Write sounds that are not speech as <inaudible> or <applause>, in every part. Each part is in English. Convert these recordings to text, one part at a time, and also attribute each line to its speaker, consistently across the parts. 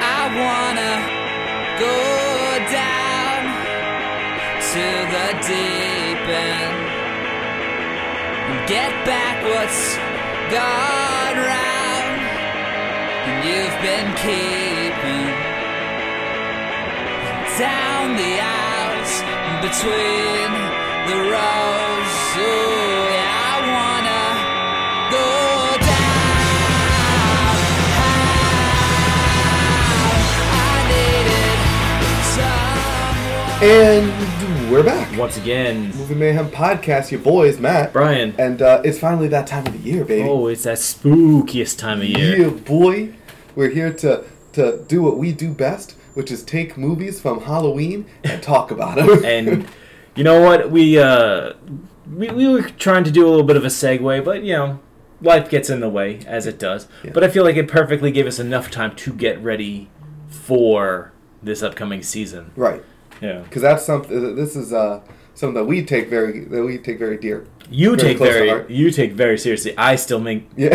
Speaker 1: wanna go down to the deep end and get back what's gone round and you've been keeping down the aisles and between the rows. Ooh, yeah, I wanna go down. I needed someone.
Speaker 2: And we're back.
Speaker 3: Once again,
Speaker 2: Movie Mayhem Podcast, your boys, Matt.
Speaker 3: Brian.
Speaker 2: And uh, it's finally that time of the year, baby.
Speaker 3: Oh, it's that spookiest time of year.
Speaker 2: Yeah, boy. We're here to, to do what we do best, which is take movies from Halloween and talk about them.
Speaker 3: <laughs> And you know what? We uh, we, we were trying to do a little bit of a segue, but you know, life gets in the way as it does.
Speaker 2: Yeah.
Speaker 3: But I feel like it perfectly gave us enough time to get ready for this upcoming season.
Speaker 2: <laughs> right.
Speaker 3: Yeah,
Speaker 2: Because that's something, this is uh, something that we take very, that we take very dear.
Speaker 3: you
Speaker 2: Very
Speaker 3: take
Speaker 2: close to heart.
Speaker 3: very you take very seriously. I still make
Speaker 2: Yeah.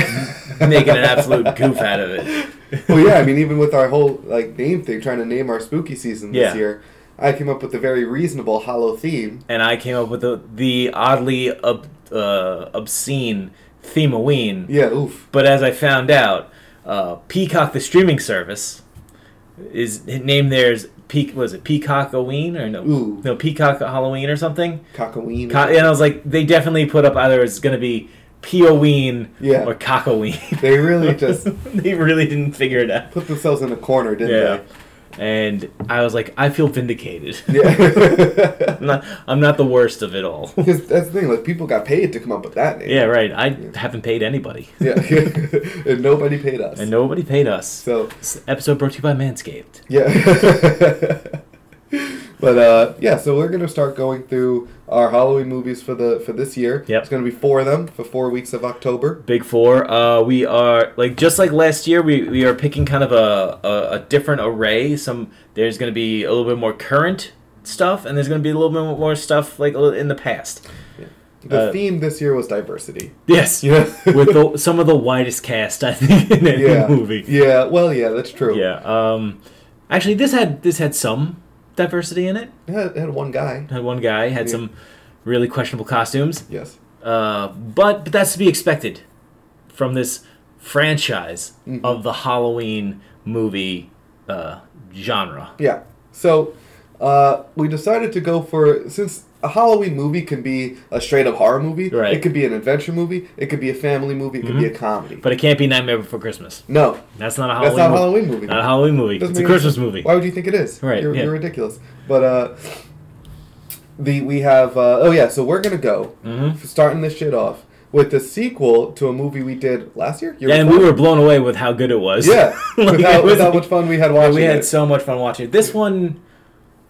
Speaker 3: making an absolute goof out of it.
Speaker 2: <laughs> well, yeah, I mean, even with our whole like name thing, trying to name our spooky season this
Speaker 3: Yeah.
Speaker 2: year, I came up with a very reasonable hollow theme.
Speaker 3: And I came up with the, the oddly ob, uh, obscene themeween.
Speaker 2: Yeah, oof.
Speaker 3: But as I found out, uh, Peacock, the streaming service, is named theirs. Peak was it Peacock Halloween or no?
Speaker 2: Ooh.
Speaker 3: No Peacock Halloween or something.
Speaker 2: Cockaween.
Speaker 3: Co- and I was like, they definitely put up either it's gonna be Peoween
Speaker 2: Yeah.
Speaker 3: or
Speaker 2: <laughs>
Speaker 3: Cockoween.
Speaker 2: they
Speaker 3: <laughs>
Speaker 2: really just
Speaker 3: they really didn't figure
Speaker 2: <laughs>
Speaker 3: it out.
Speaker 2: put themselves in a corner,
Speaker 3: Yeah.
Speaker 2: didn't
Speaker 3: And I was like, I feel vindicated.
Speaker 2: they? Yeah.
Speaker 3: <laughs>
Speaker 2: <laughs>
Speaker 3: I'm, not, I'm not the worst of it all. <laughs>
Speaker 2: Because that's the thing, like people got paid to come up with that name.
Speaker 3: yeah, right. I haven't paid anybody,
Speaker 2: Yeah. <laughs> and nobody paid us.
Speaker 3: and nobody paid us.
Speaker 2: So
Speaker 3: This episode brought to you by Manscaped.
Speaker 2: yeah. <laughs> but uh, yeah, so we're gonna start going through our Halloween movies for the for this year.
Speaker 3: Yep.
Speaker 2: It's gonna be four of them for four weeks of October.
Speaker 3: Big Four. Uh, we are like just like last year. We, we are picking kind of a, a, a different array. Some there's going to be a little bit more current stuff, and there's going to be a little bit more stuff like a little in the past.
Speaker 2: The
Speaker 3: Uh,
Speaker 2: theme this year was diversity.
Speaker 3: Yes,
Speaker 2: Yeah.
Speaker 3: with the, some of the widest cast I think in
Speaker 2: <laughs>
Speaker 3: any
Speaker 2: yeah.
Speaker 3: movie.
Speaker 2: Yeah, well, yeah, that's true.
Speaker 3: Yeah. Um, actually, this had this had some diversity in it.
Speaker 2: It had, it had one guy.
Speaker 3: <laughs> Had one guy had
Speaker 2: Yeah.
Speaker 3: some really questionable costumes.
Speaker 2: Yes.
Speaker 3: Uh, but but that's to be expected from this franchise
Speaker 2: Mm-hmm.
Speaker 3: of the Halloween movie uh, genre.
Speaker 2: Yeah. So uh, we decided to go for since a Halloween movie can be a straight up horror movie.
Speaker 3: Right. Mm-hmm.
Speaker 2: It could be an adventure movie. It could be a family movie. It could be a comedy.
Speaker 3: But it can't be Nightmare Before Christmas.
Speaker 2: no,
Speaker 3: That's not a
Speaker 2: that's
Speaker 3: Halloween.
Speaker 2: not a
Speaker 3: movie.
Speaker 2: Halloween movie.
Speaker 3: Not a Halloween movie.
Speaker 2: Doesn't
Speaker 3: it's a
Speaker 2: make
Speaker 3: Christmas
Speaker 2: any-
Speaker 3: movie.
Speaker 2: Why would you think it is?
Speaker 3: Right,
Speaker 2: You're,
Speaker 3: yeah.
Speaker 2: you're ridiculous. But uh, the we have uh, oh yeah. So we're gonna go
Speaker 3: Mm-hmm.
Speaker 2: f- starting this shit off with the sequel to a movie we did last year. Year
Speaker 3: Yeah, <laughs> and we
Speaker 2: before?
Speaker 3: were blown away with how good it was.
Speaker 2: yeah.
Speaker 3: Like,
Speaker 2: with,
Speaker 3: <laughs> it
Speaker 2: how,
Speaker 3: was-
Speaker 2: with how much fun we had watching
Speaker 3: we had
Speaker 2: it.
Speaker 3: so much fun watching it. This one,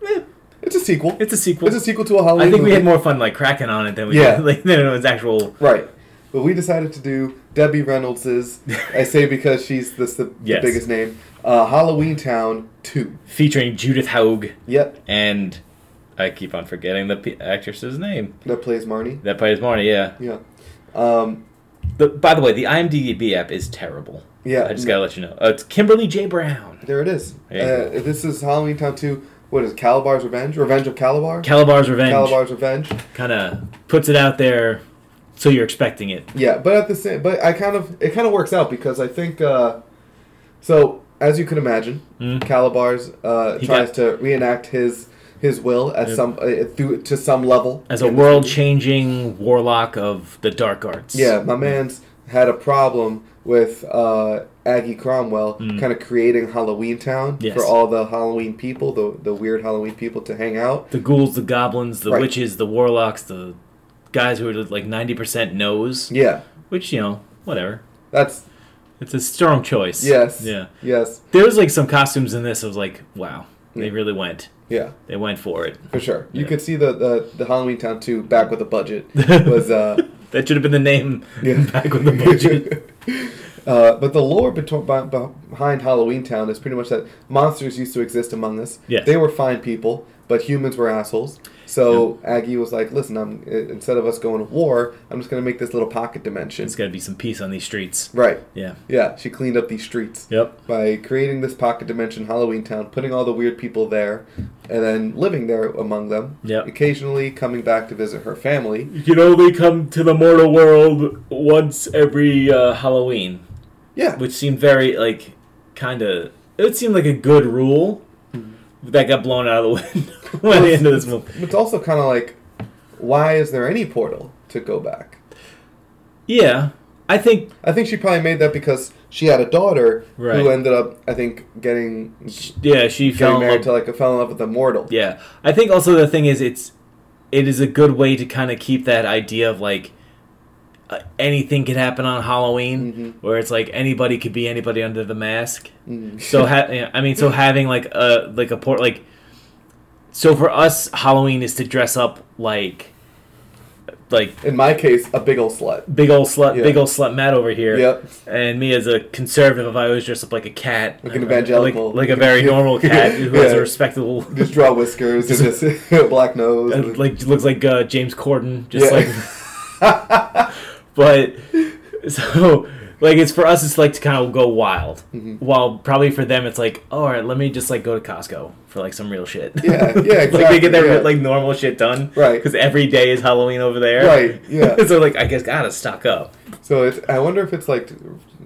Speaker 3: eh,
Speaker 2: It's a sequel.
Speaker 3: it's a sequel.
Speaker 2: It's a sequel to a Halloween.
Speaker 3: I think we
Speaker 2: movie.
Speaker 3: had more fun like cracking on it than we
Speaker 2: Yeah.
Speaker 3: did, <laughs> like, than it was actual.
Speaker 2: Right. But we decided to do Debbie Reynolds's. I say because she's this the,
Speaker 3: Yes.
Speaker 2: the biggest name. Uh, Halloween Town Two.
Speaker 3: Featuring Judith Haug
Speaker 2: Yep.
Speaker 3: and I keep on forgetting the pe- actress's name.
Speaker 2: That plays Marnie.
Speaker 3: That plays Marnie, yeah.
Speaker 2: Yeah. Um,
Speaker 3: The, by the way, the IMDb app is terrible.
Speaker 2: Yeah.
Speaker 3: I just gotta let you know. Uh, it's Kimberly J. Brown.
Speaker 2: there it is.
Speaker 3: There
Speaker 2: Uh, this is Halloween Town Two. What is it, Calabar's Revenge? Revenge of Calabar.
Speaker 3: Calabar's Revenge
Speaker 2: Calabar's Revenge.
Speaker 3: kind of puts it out there, so you're expecting it.
Speaker 2: Yeah, but at the same, but I kind of it kind of works out because I think uh, so. As you can imagine, Calabar's uh,
Speaker 3: Hmm. He
Speaker 2: tries
Speaker 3: got-
Speaker 2: to reenact his his will at some uh, through, to some level
Speaker 3: As a
Speaker 2: in this
Speaker 3: world
Speaker 2: movie.
Speaker 3: changing warlock of the dark arts.
Speaker 2: Yeah, my man's had a problem with uh, Aggie Cromwell kind of creating Halloween Town
Speaker 3: Hmm. Yes.
Speaker 2: for all the Halloween people, the the weird Halloween people to hang out.
Speaker 3: The ghouls, the goblins, the
Speaker 2: Right.
Speaker 3: witches, the warlocks, the guys who are like 90% nose,
Speaker 2: Yeah,
Speaker 3: which, you know, whatever.
Speaker 2: that's
Speaker 3: It's a strong choice.
Speaker 2: yes,
Speaker 3: Yeah.
Speaker 2: yes,
Speaker 3: There was like some costumes in this. I was like, wow, they
Speaker 2: Yeah.
Speaker 3: really went.
Speaker 2: yeah.
Speaker 3: They went for it.
Speaker 2: For sure, you
Speaker 3: Yeah.
Speaker 2: could see the, the, the Halloween Town two
Speaker 3: <laughs>
Speaker 2: back with a budget was uh,
Speaker 3: That should have been the name
Speaker 2: Yeah.
Speaker 3: back on the budget.
Speaker 2: Uh, but the lore beto- be- be- behind Halloween Town is pretty much that monsters used to exist among us.
Speaker 3: Yes.
Speaker 2: They were fine people, but humans were assholes. So Aggie was like, "Listen, I'm i- instead of us going to war, I'm just going to make this little pocket dimension."
Speaker 3: It's got to be some peace on these streets.
Speaker 2: right.
Speaker 3: Yeah.
Speaker 2: Yeah, she cleaned up these streets.
Speaker 3: Yep.
Speaker 2: by creating this pocket dimension, Halloween Town, putting all the weird people there, and then living there among them.
Speaker 3: Yep.
Speaker 2: Occasionally coming back to visit her family.
Speaker 3: You can only come to the mortal world once every uh, Halloween,
Speaker 2: Yeah.
Speaker 3: which seemed very like kind of. It seemed like a good rule that got blown out of the <laughs> window by the end of this movie.
Speaker 2: It's also kind of like, why is there any portal to go back?
Speaker 3: Yeah, I think
Speaker 2: I think she probably made that because she had a daughter
Speaker 3: Right.
Speaker 2: who ended up, I think, getting
Speaker 3: yeah she
Speaker 2: getting
Speaker 3: fell in
Speaker 2: married
Speaker 3: love
Speaker 2: to like a fell in love with a mortal.
Speaker 3: Yeah, I think also the thing is it's it is a good way to kind of keep that idea of like uh, anything can happen on Halloween,
Speaker 2: Mm-hmm.
Speaker 3: where it's like anybody could be anybody under the mask.
Speaker 2: Mhm.
Speaker 3: So ha- yeah, I mean, so having like a like a port like so for us Halloween is to dress up like like
Speaker 2: In my case, a big ol' slut.
Speaker 3: big old slut,
Speaker 2: Yeah.
Speaker 3: big old slut Matt over here.
Speaker 2: Yep.
Speaker 3: And me as a conservative, I always dress up like a cat,
Speaker 2: Like an
Speaker 3: Uh,
Speaker 2: evangelical.
Speaker 3: like, like
Speaker 2: <laughs>
Speaker 3: a very normal cat who has
Speaker 2: Yeah.
Speaker 3: a respectable
Speaker 2: Just draw whiskers and just a <laughs> black nose.
Speaker 3: Uh, like looks like uh, James Corden, just
Speaker 2: Yeah.
Speaker 3: like. <laughs> but so, like, it's for us. It's like to kind of go wild,
Speaker 2: Mm-hmm.
Speaker 3: while probably for them, it's like, all right, let me just like go to Costco for like some real shit.
Speaker 2: Yeah, yeah,
Speaker 3: <laughs> like they
Speaker 2: exactly,
Speaker 3: get their
Speaker 2: yeah.
Speaker 3: like normal shit done,
Speaker 2: Right.
Speaker 3: Because every day is Halloween over there,
Speaker 2: Right, yeah.
Speaker 3: <laughs> so like, I guess gotta stock up.
Speaker 2: So it's, I wonder if it's like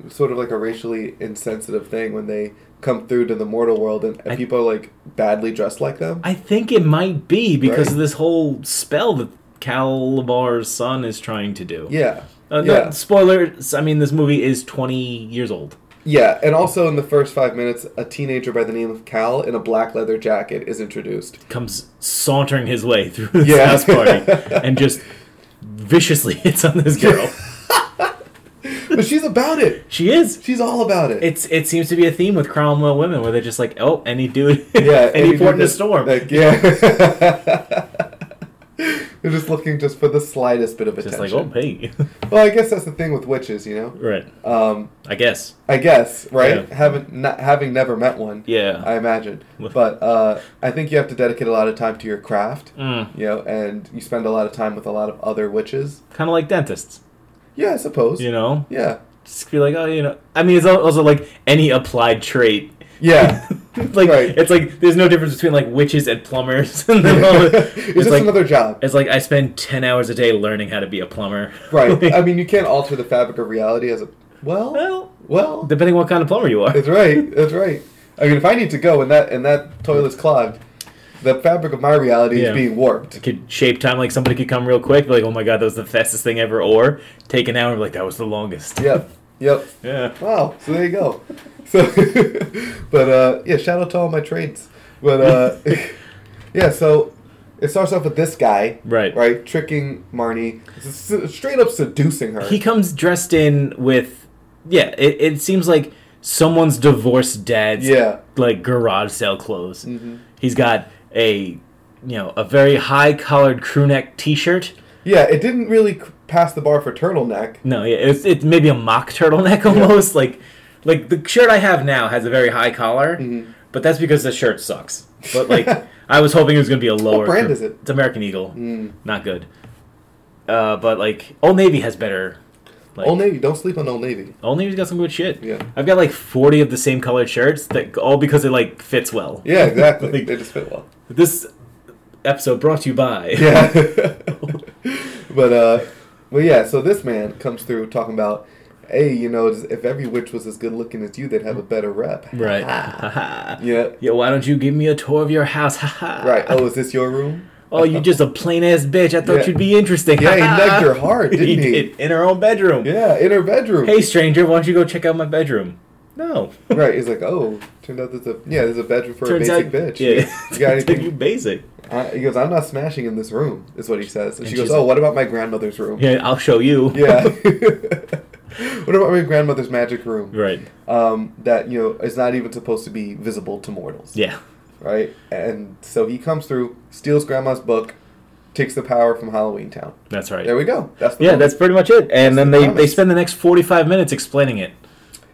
Speaker 2: sort of like a racially insensitive thing when they come through to the mortal world and, and
Speaker 3: I-
Speaker 2: people are like badly dressed like them.
Speaker 3: I think it might be because
Speaker 2: Right.
Speaker 3: of this whole spell that Calabar's son is trying to do.
Speaker 2: yeah.
Speaker 3: Uh, no,
Speaker 2: yeah.
Speaker 3: spoilers. I mean, this movie is twenty years old.
Speaker 2: Yeah. And also in the first five minutes, a teenager by the name of Cal in a black leather jacket is introduced.
Speaker 3: comes sauntering his way through this
Speaker 2: Yeah. <laughs>
Speaker 3: house party and just viciously <laughs> hits on this girl.
Speaker 2: But she's about it.
Speaker 3: she is.
Speaker 2: She's all about it.
Speaker 3: It's it seems to be a theme with Cromwell women where they're just like, oh, any dude,
Speaker 2: yeah.
Speaker 3: <laughs> any,
Speaker 2: and you do
Speaker 3: port in a
Speaker 2: this-
Speaker 3: storm.
Speaker 2: Like, yeah. <laughs> They're just looking just for the slightest bit of
Speaker 3: just
Speaker 2: attention.
Speaker 3: like, oh, hey, <laughs>
Speaker 2: Well, I guess that's the thing with witches, you know.
Speaker 3: right?
Speaker 2: Um,
Speaker 3: I guess.
Speaker 2: I guess, right?
Speaker 3: Yeah.
Speaker 2: Haven't not, having never met one.
Speaker 3: Yeah.
Speaker 2: I
Speaker 3: <laughs>
Speaker 2: imagine. But uh, I think you have to dedicate a lot of time to your craft,
Speaker 3: Mm.
Speaker 2: you know, and you spend a lot of time with a lot of other witches.
Speaker 3: Kind of like dentists,
Speaker 2: Yeah, I suppose.
Speaker 3: you know.
Speaker 2: Yeah.
Speaker 3: Just be like, oh, you know. I mean, it's al- also like any applied trait. <laughs>
Speaker 2: Yeah.
Speaker 3: like
Speaker 2: Right.
Speaker 3: it's like there's no difference between like witches and plumbers. <laughs> and
Speaker 2: <laughs>
Speaker 3: then all-
Speaker 2: it's just
Speaker 3: like,
Speaker 2: another job.
Speaker 3: It's like I spend ten hours a day learning how to be a plumber.
Speaker 2: Right.
Speaker 3: <laughs> Like,
Speaker 2: I mean, you can't alter the fabric of reality as a. Well,
Speaker 3: well,
Speaker 2: well.
Speaker 3: depending what kind of plumber you are.
Speaker 2: That's right. That's right. I mean, if I need to go and that and that toilet's clogged, the fabric of my reality
Speaker 3: Yeah.
Speaker 2: is being warped.
Speaker 3: Could shape time like somebody could come real quick, be like, oh my god, that was the fastest thing ever, or take an hour, like that was the longest.
Speaker 2: Yep. Yep.
Speaker 3: Yeah.
Speaker 2: Wow. So there you
Speaker 3: <laughs>
Speaker 2: go. So, <laughs> but uh, yeah, shout out to all my trades. But uh, <laughs> yeah, so it starts off with this guy,
Speaker 3: Right.
Speaker 2: Right, tricking Marnie, s- straight up seducing her.
Speaker 3: He comes dressed in with, yeah, it, it seems like someone's divorced dad's
Speaker 2: yeah,
Speaker 3: like garage sale clothes. He's got a, you know, a very high collared crew neck t shirt.
Speaker 2: yeah. It didn't really c- pass the bar for turtleneck.
Speaker 3: No, yeah, it's it's maybe a mock turtleneck almost. Like, like the shirt I have now has a very high collar,
Speaker 2: Mm-hmm.
Speaker 3: but that's because the shirt sucks.
Speaker 2: <laughs>
Speaker 3: But like, I was hoping it was gonna be a lower.
Speaker 2: brand is it? Mm.
Speaker 3: It's American Eagle. Not good. Uh, but like, Old Navy has better. Like,
Speaker 2: Old Navy. Don't sleep on Old
Speaker 3: <laughs>
Speaker 2: Navy.
Speaker 3: Old Navy's got some good shit.
Speaker 2: Yeah.
Speaker 3: I've got like forty of the same colored shirts that all because it like fits well.
Speaker 2: Yeah, exactly.
Speaker 3: Like-
Speaker 2: they just fit
Speaker 3: <laughs>
Speaker 2: well.
Speaker 3: This episode brought to you by.
Speaker 2: Yeah. <laughs> but uh, well, yeah. So this man comes through talking about, hey, you know, if every witch was as good looking as you, they'd have a better rep.
Speaker 3: <laughs>
Speaker 2: <laughs>
Speaker 3: Right. Ha ha.
Speaker 2: Yeah.
Speaker 3: Yo, why don't you give me a tour of your house? <laughs> Ha ha.
Speaker 2: Right. Oh, is this your room?
Speaker 3: Oh, you just a plain ass bitch. I thought
Speaker 2: Yeah.
Speaker 3: you'd be interesting. <laughs>
Speaker 2: Yeah, he nagged her hard, didn't he?
Speaker 3: did, in her own bedroom.
Speaker 2: Yeah, in her bedroom.
Speaker 3: Hey, stranger, why don't you go check out my bedroom? No.
Speaker 2: <laughs> Right. He's like, oh, turned out there's a yeah, there's a bedroom
Speaker 3: <laughs>
Speaker 2: for a basic bitch.
Speaker 3: Yeah. <laughs>
Speaker 2: You got
Speaker 3: you
Speaker 2: anything?
Speaker 3: basic.
Speaker 2: I, he goes, I'm not smashing in this room. Is what he says. And,
Speaker 3: And
Speaker 2: she goes,
Speaker 3: she's
Speaker 2: oh,
Speaker 3: like-
Speaker 2: what about my grandmother's room?
Speaker 3: Yeah, I'll show you. <laughs>
Speaker 2: Yeah. <laughs> what about my grandmother's magic room?
Speaker 3: right.
Speaker 2: Um, that you know is not even supposed to be visible to mortals.
Speaker 3: Yeah.
Speaker 2: Right. And so he comes through, steals grandma's book, takes the power from Halloween Town.
Speaker 3: That's right.
Speaker 2: There we go. That's the
Speaker 3: yeah,
Speaker 2: moment.
Speaker 3: that's pretty much it. And then
Speaker 2: the
Speaker 3: they, they
Speaker 2: premise.
Speaker 3: spend the next 45 minutes explaining it.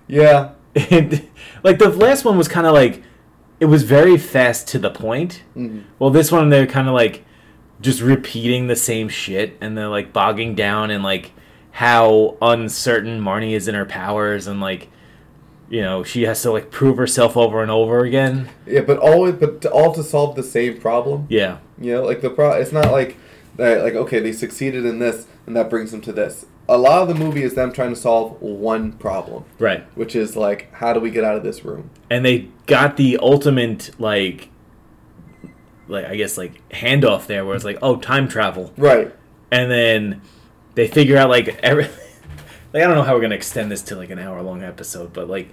Speaker 2: Yeah.
Speaker 3: And, like the last one was kind of like it was very fast to the point.
Speaker 2: Mhm.
Speaker 3: Well, this one they're kind of like just repeating the same shit, and they're like bogging down and like how uncertain Marnie is in her powers, and like you know she has to like prove herself over and over again.
Speaker 2: Yeah, but always, but to, all to solve the same problem.
Speaker 3: Yeah,
Speaker 2: You know, like the pro. It's not like that. Like okay, they succeeded in this, and that brings them to this. A lot of the movie is them trying to solve one problem,
Speaker 3: right.
Speaker 2: which is like, how do we get out of this room?
Speaker 3: And they got the ultimate like like I guess like handoff there, where it's like oh time travel.
Speaker 2: Right.
Speaker 3: and then they figure out like every <laughs> like I don't know how we're gonna extend this to like an hour long episode, but like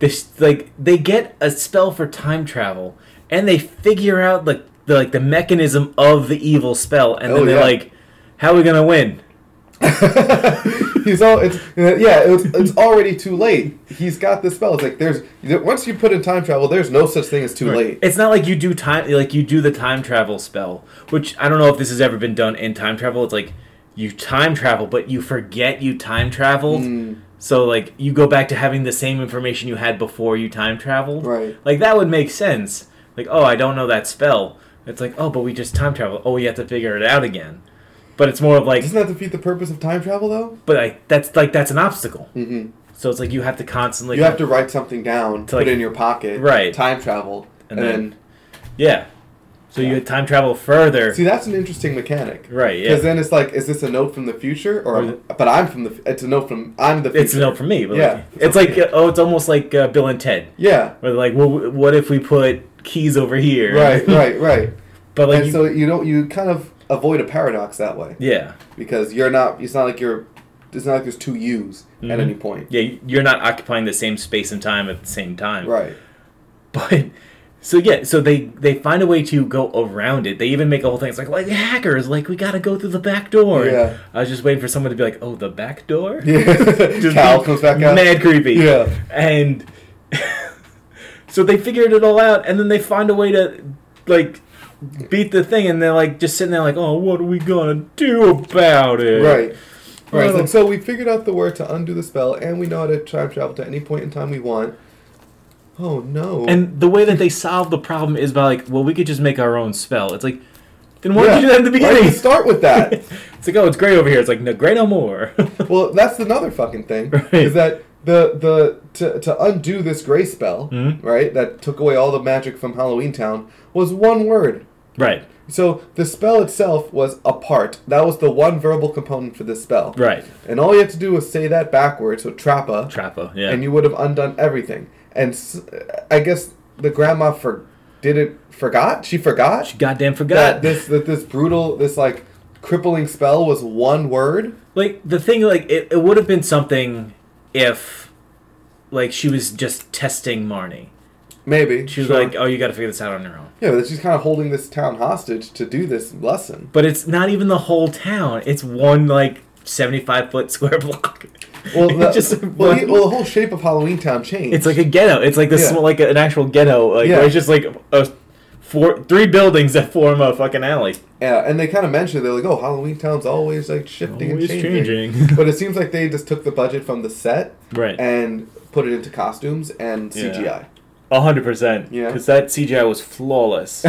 Speaker 3: this like they get a spell for time travel and they figure out the, the like the mechanism of the evil spell, and then
Speaker 2: Oh,
Speaker 3: they're
Speaker 2: yeah.
Speaker 3: like, "How are we gonna win?"
Speaker 2: he's all it's yeah it's, it's already too late he's got the spell it's like there's once you put in time travel there's no such thing as too late
Speaker 3: It's not like you do time like you do the time travel spell, which I don't know if this has ever been done in time travel. It's like you time travel, but you forget you time traveled.
Speaker 2: Hmm.
Speaker 3: So like you go back to having the same information you had before you time traveled.
Speaker 2: Right.
Speaker 3: Like that would make sense. Like, oh, I don't know that spell. It's like, oh, but we just time travel. Oh, we have to figure it out again. But it's more of like,
Speaker 2: doesn't that defeat the purpose of time travel though
Speaker 3: but like that's like that's an obstacle. Mm-hmm. So it's like you have to constantly.
Speaker 2: you have to write something down
Speaker 3: To,
Speaker 2: put
Speaker 3: like-
Speaker 2: it in your pocket
Speaker 3: Right.
Speaker 2: time travel
Speaker 3: And
Speaker 2: and,
Speaker 3: then-
Speaker 2: then,
Speaker 3: Yeah. So you time travel further.
Speaker 2: see that's an interesting mechanic
Speaker 3: Right, yeah.
Speaker 2: because then it's like is this a note from the future or,
Speaker 3: Or the-
Speaker 2: but i'm from the it's a note from i'm the future.
Speaker 3: It's a note for me. But
Speaker 2: Yeah.
Speaker 3: like, it's like uh, oh, it's almost like uh, Bill and Ted,
Speaker 2: yeah
Speaker 3: where they're like, well, w- what if we put keys over here?
Speaker 2: right right right
Speaker 3: <laughs> But like,
Speaker 2: and
Speaker 3: you-
Speaker 2: so you don't you kind of avoid a paradox that way
Speaker 3: yeah,
Speaker 2: because you're not it's not like you're it's not like there's two u's at
Speaker 3: Mm-hmm.
Speaker 2: any point
Speaker 3: yeah, you're not occupying the same space and time at the same
Speaker 2: <laughs>
Speaker 3: time.
Speaker 2: Right.
Speaker 3: But so yeah, so they they find a way to go around it. They even make a whole thing. It's like like hackers, like we got to go through the back door. And
Speaker 2: Yeah.
Speaker 3: I was just waiting for someone to be like, oh, the back door.
Speaker 2: Yeah.
Speaker 3: <laughs> Just
Speaker 2: Cal
Speaker 3: be
Speaker 2: comes back out.
Speaker 3: Mad creepy.
Speaker 2: Yeah.
Speaker 3: And <laughs> so they figured it all out, and then they find a way to like beat the thing, and they're like just sitting there like, oh, what are we gonna do about it?
Speaker 2: Right. Right.
Speaker 3: Well-
Speaker 2: It's like, so we figured out the word to undo the spell, and we know how to time travel to any point in time we want. Oh no.
Speaker 3: And the way that they solve the problem is by like, well, we could just make our own spell. It's like, then why
Speaker 2: Yeah.
Speaker 3: did you do that in the
Speaker 2: Why didn't you
Speaker 3: beginning?
Speaker 2: start with
Speaker 3: <laughs>
Speaker 2: that.
Speaker 3: it's like, oh, it's great over here. It's like, no, great no more. <laughs>
Speaker 2: well, that's another fucking thing.
Speaker 3: Right.
Speaker 2: Is that the the to, to undo this gray spell,
Speaker 3: Mm-hmm.
Speaker 2: right? That took away all the magic from Halloween Town was one word.
Speaker 3: right.
Speaker 2: So the spell itself was apart. That was the one verbal component for this spell.
Speaker 3: Right.
Speaker 2: And all you had to do was say that backwards, so trappa.
Speaker 3: Trappa. Yeah.
Speaker 2: and you would have undone everything. And s- I guess the grandma for did it forgot. She forgot
Speaker 3: goddamn
Speaker 2: that
Speaker 3: forgot.
Speaker 2: this that this brutal this like crippling spell was one word.
Speaker 3: like the thing like it, it would have been something if like she was just testing marnie
Speaker 2: Maybe
Speaker 3: she was
Speaker 2: sure.
Speaker 3: like oh you gotta figure this out on your own
Speaker 2: yeah, but she's kind of holding this town hostage to do this lesson.
Speaker 3: but it's not even the whole town it's one like 75 foot square <laughs> block
Speaker 2: Well,
Speaker 3: <laughs> It
Speaker 2: the,
Speaker 3: just-
Speaker 2: well, he- well, the whole shape of Halloween Town changed.
Speaker 3: it's like a ghetto it's like this
Speaker 2: Yeah.
Speaker 3: small like an actual ghetto like
Speaker 2: Yeah.
Speaker 3: where it's just like a four three buildings that form a fucking alley
Speaker 2: yeah, and they kind of mentioned they're like, oh, Halloween Town's always like shifting
Speaker 3: Always
Speaker 2: and changing.
Speaker 3: changing. <laughs>
Speaker 2: but it seems like they just took the budget from the set
Speaker 3: Right.
Speaker 2: and put it into costumes and
Speaker 3: Yeah.
Speaker 2: CGI.
Speaker 3: 100%
Speaker 2: Yeah.
Speaker 3: because that cgi was
Speaker 2: <laughs>
Speaker 3: flawless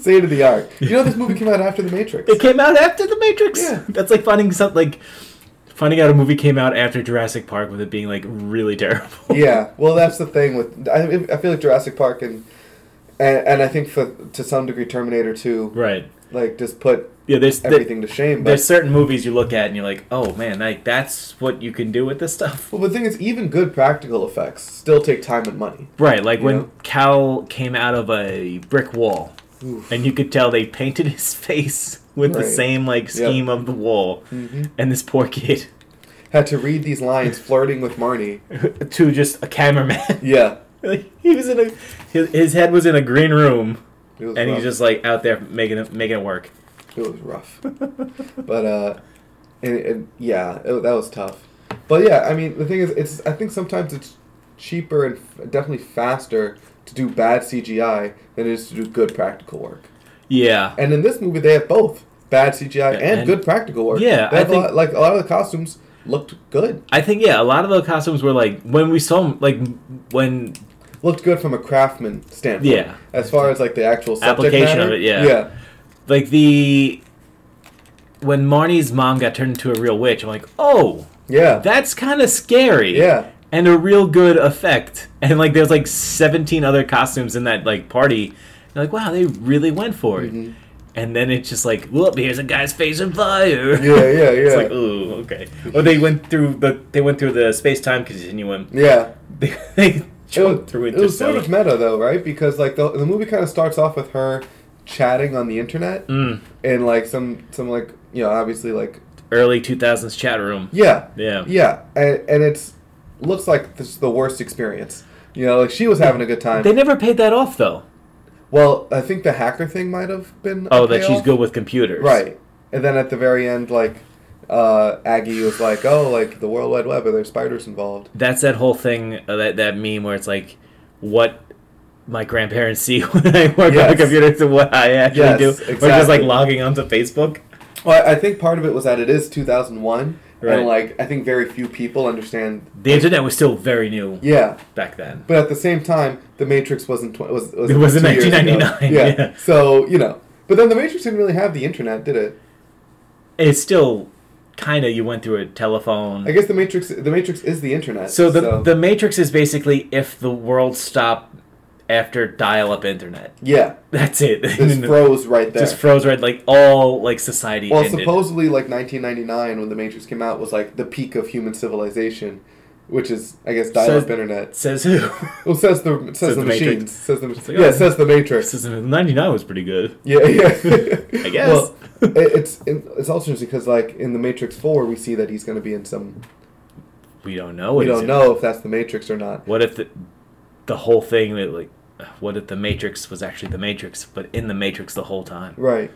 Speaker 2: State of the art. You know this movie came out after The Matrix.
Speaker 3: It came out after The Matrix.
Speaker 2: Yeah.
Speaker 3: That's like finding something like finding out a movie came out after Jurassic Park with it being like really terrible.
Speaker 2: Yeah. Well, that's the thing with I, I feel like Jurassic Park and, and and I think for to some degree Terminator 2
Speaker 3: <laughs> Right.
Speaker 2: like just put
Speaker 3: Yeah. There's there-
Speaker 2: everything to shame. But
Speaker 3: there's certain movies you look at and you're like, oh man, like that's what you can do with this stuff.
Speaker 2: well, the thing is, even good practical effects still take time and money.
Speaker 3: Right. Like when
Speaker 2: Yeah.
Speaker 3: Cal came out of a brick wall,
Speaker 2: Oof.
Speaker 3: and you could tell they painted his <laughs> face with the
Speaker 2: Right. Mm-hmm.
Speaker 3: same like scheme of the wall, and this poor kid <laughs>
Speaker 2: Had to read these lines flirting with Marnie.
Speaker 3: to just a cameraman.
Speaker 2: Yeah.
Speaker 3: like, he was in a his, his head was in a green room.
Speaker 2: It was
Speaker 3: and
Speaker 2: rough.
Speaker 3: he's just like out there making it making it work.
Speaker 2: It was rough. <laughs> but uh, and, and yeah, it, that was tough. But yeah, I mean, the thing is, it's I think sometimes it's cheaper and f- definitely faster to do bad CGI than it is to do good practical work.
Speaker 3: Yeah,
Speaker 2: And in this movie, they have both bad CGI
Speaker 3: Yeah,
Speaker 2: and,
Speaker 3: and-
Speaker 2: good practical work.
Speaker 3: Yeah,
Speaker 2: They
Speaker 3: I
Speaker 2: have a
Speaker 3: think-
Speaker 2: lot, like a lot of the costumes looked good.
Speaker 3: I think yeah, a lot of the costumes were like when we saw 'em, like when
Speaker 2: Looked good from a craftsman standpoint.
Speaker 3: Yeah.
Speaker 2: As far as like the actual subject
Speaker 3: Application of
Speaker 2: matter.
Speaker 3: it, yeah.
Speaker 2: Yeah.
Speaker 3: like the when Marnie's mom got turned into a real witch. I'm like, oh,
Speaker 2: Yeah.
Speaker 3: that's kind of scary.
Speaker 2: yeah.
Speaker 3: and a real good effect. And like there's like 17 other costumes in that like party. You're like, wow, they really went for it.
Speaker 2: Mm-hmm.
Speaker 3: And then it's just like, whoop, here's a guy's face in fire.
Speaker 2: Yeah, yeah,
Speaker 3: <laughs> It's
Speaker 2: yeah.
Speaker 3: like, ooh, okay. Or they went through the they went through the space time continuum. <laughs>
Speaker 2: Yeah.
Speaker 3: They, they
Speaker 2: It
Speaker 3: jumped
Speaker 2: was,
Speaker 3: through
Speaker 2: it
Speaker 3: into
Speaker 2: was sort of
Speaker 3: stuff.
Speaker 2: meta though, right? Because like the, the movie kind of starts off with her chatting on the internet
Speaker 3: Mm,
Speaker 2: and like some some like you know obviously like
Speaker 3: early 2000s chat room.
Speaker 2: yeah
Speaker 3: Yeah.
Speaker 2: yeah and, and it's looks like this is the worst experience. You know, like she was having a good time.
Speaker 3: They never paid that off though.
Speaker 2: well, I think the hacker thing might have been. a
Speaker 3: Oh, that she's
Speaker 2: payoff.
Speaker 3: good with computers.
Speaker 2: Right. And then at the very end, like, uh, Aggie was like, oh, like, the World Wide Web, are there spiders involved?
Speaker 3: That's that whole thing uh, that that meme where it's like what my grandparents <laughs> see when I work on
Speaker 2: Yes.
Speaker 3: the computer to what I actually
Speaker 2: Yes,
Speaker 3: do. Or just
Speaker 2: exactly.
Speaker 3: like logging onto Facebook.
Speaker 2: Well, I I think part of it was that it is 2001,
Speaker 3: Right.
Speaker 2: and, like, I think very few people understand.
Speaker 3: The internet was still very new
Speaker 2: Yeah.
Speaker 3: back then.
Speaker 2: But at the same time, The Matrix wasn't. Tw- was, was
Speaker 3: It was in
Speaker 2: two years ago.
Speaker 3: 1999, yeah.
Speaker 2: So, you know. But then The Matrix didn't really have the internet, did it?
Speaker 3: It's still kinda you went through a telephone.
Speaker 2: I guess The Matrix The Matrix is the internet.
Speaker 3: so the the Matrix is basically if the world stopped after dial up internet. <laughs>
Speaker 2: Yeah.
Speaker 3: That's it. <laughs>
Speaker 2: This froze right there.
Speaker 3: Just froze right like all like society
Speaker 2: Well,
Speaker 3: ended.
Speaker 2: supposedly, like 1999, when The Matrix came out, was like the peak of human civilization, which is, I guess, dial-up
Speaker 3: Says-
Speaker 2: internet.
Speaker 3: Says who? <laughs>
Speaker 2: Well, says the says,
Speaker 3: Says
Speaker 2: the,
Speaker 3: The Matrix.
Speaker 2: machines. Says the
Speaker 3: like,
Speaker 2: yeah,
Speaker 3: oh.
Speaker 2: says the Matrix.
Speaker 3: Says 99 was pretty good.
Speaker 2: <laughs> Yeah, yeah.
Speaker 3: I guess.
Speaker 2: Well,
Speaker 3: <laughs>
Speaker 2: it, it's it, it's also interesting because, like, in The Matrix Four, we see that he's going to be in some.
Speaker 3: We don't know.
Speaker 2: We
Speaker 3: what he's
Speaker 2: don't
Speaker 3: in.
Speaker 2: know if that's the Matrix or not.
Speaker 3: What if the, the whole thing that like, what if the Matrix was actually the Matrix, but in the Matrix the whole time?
Speaker 2: Right.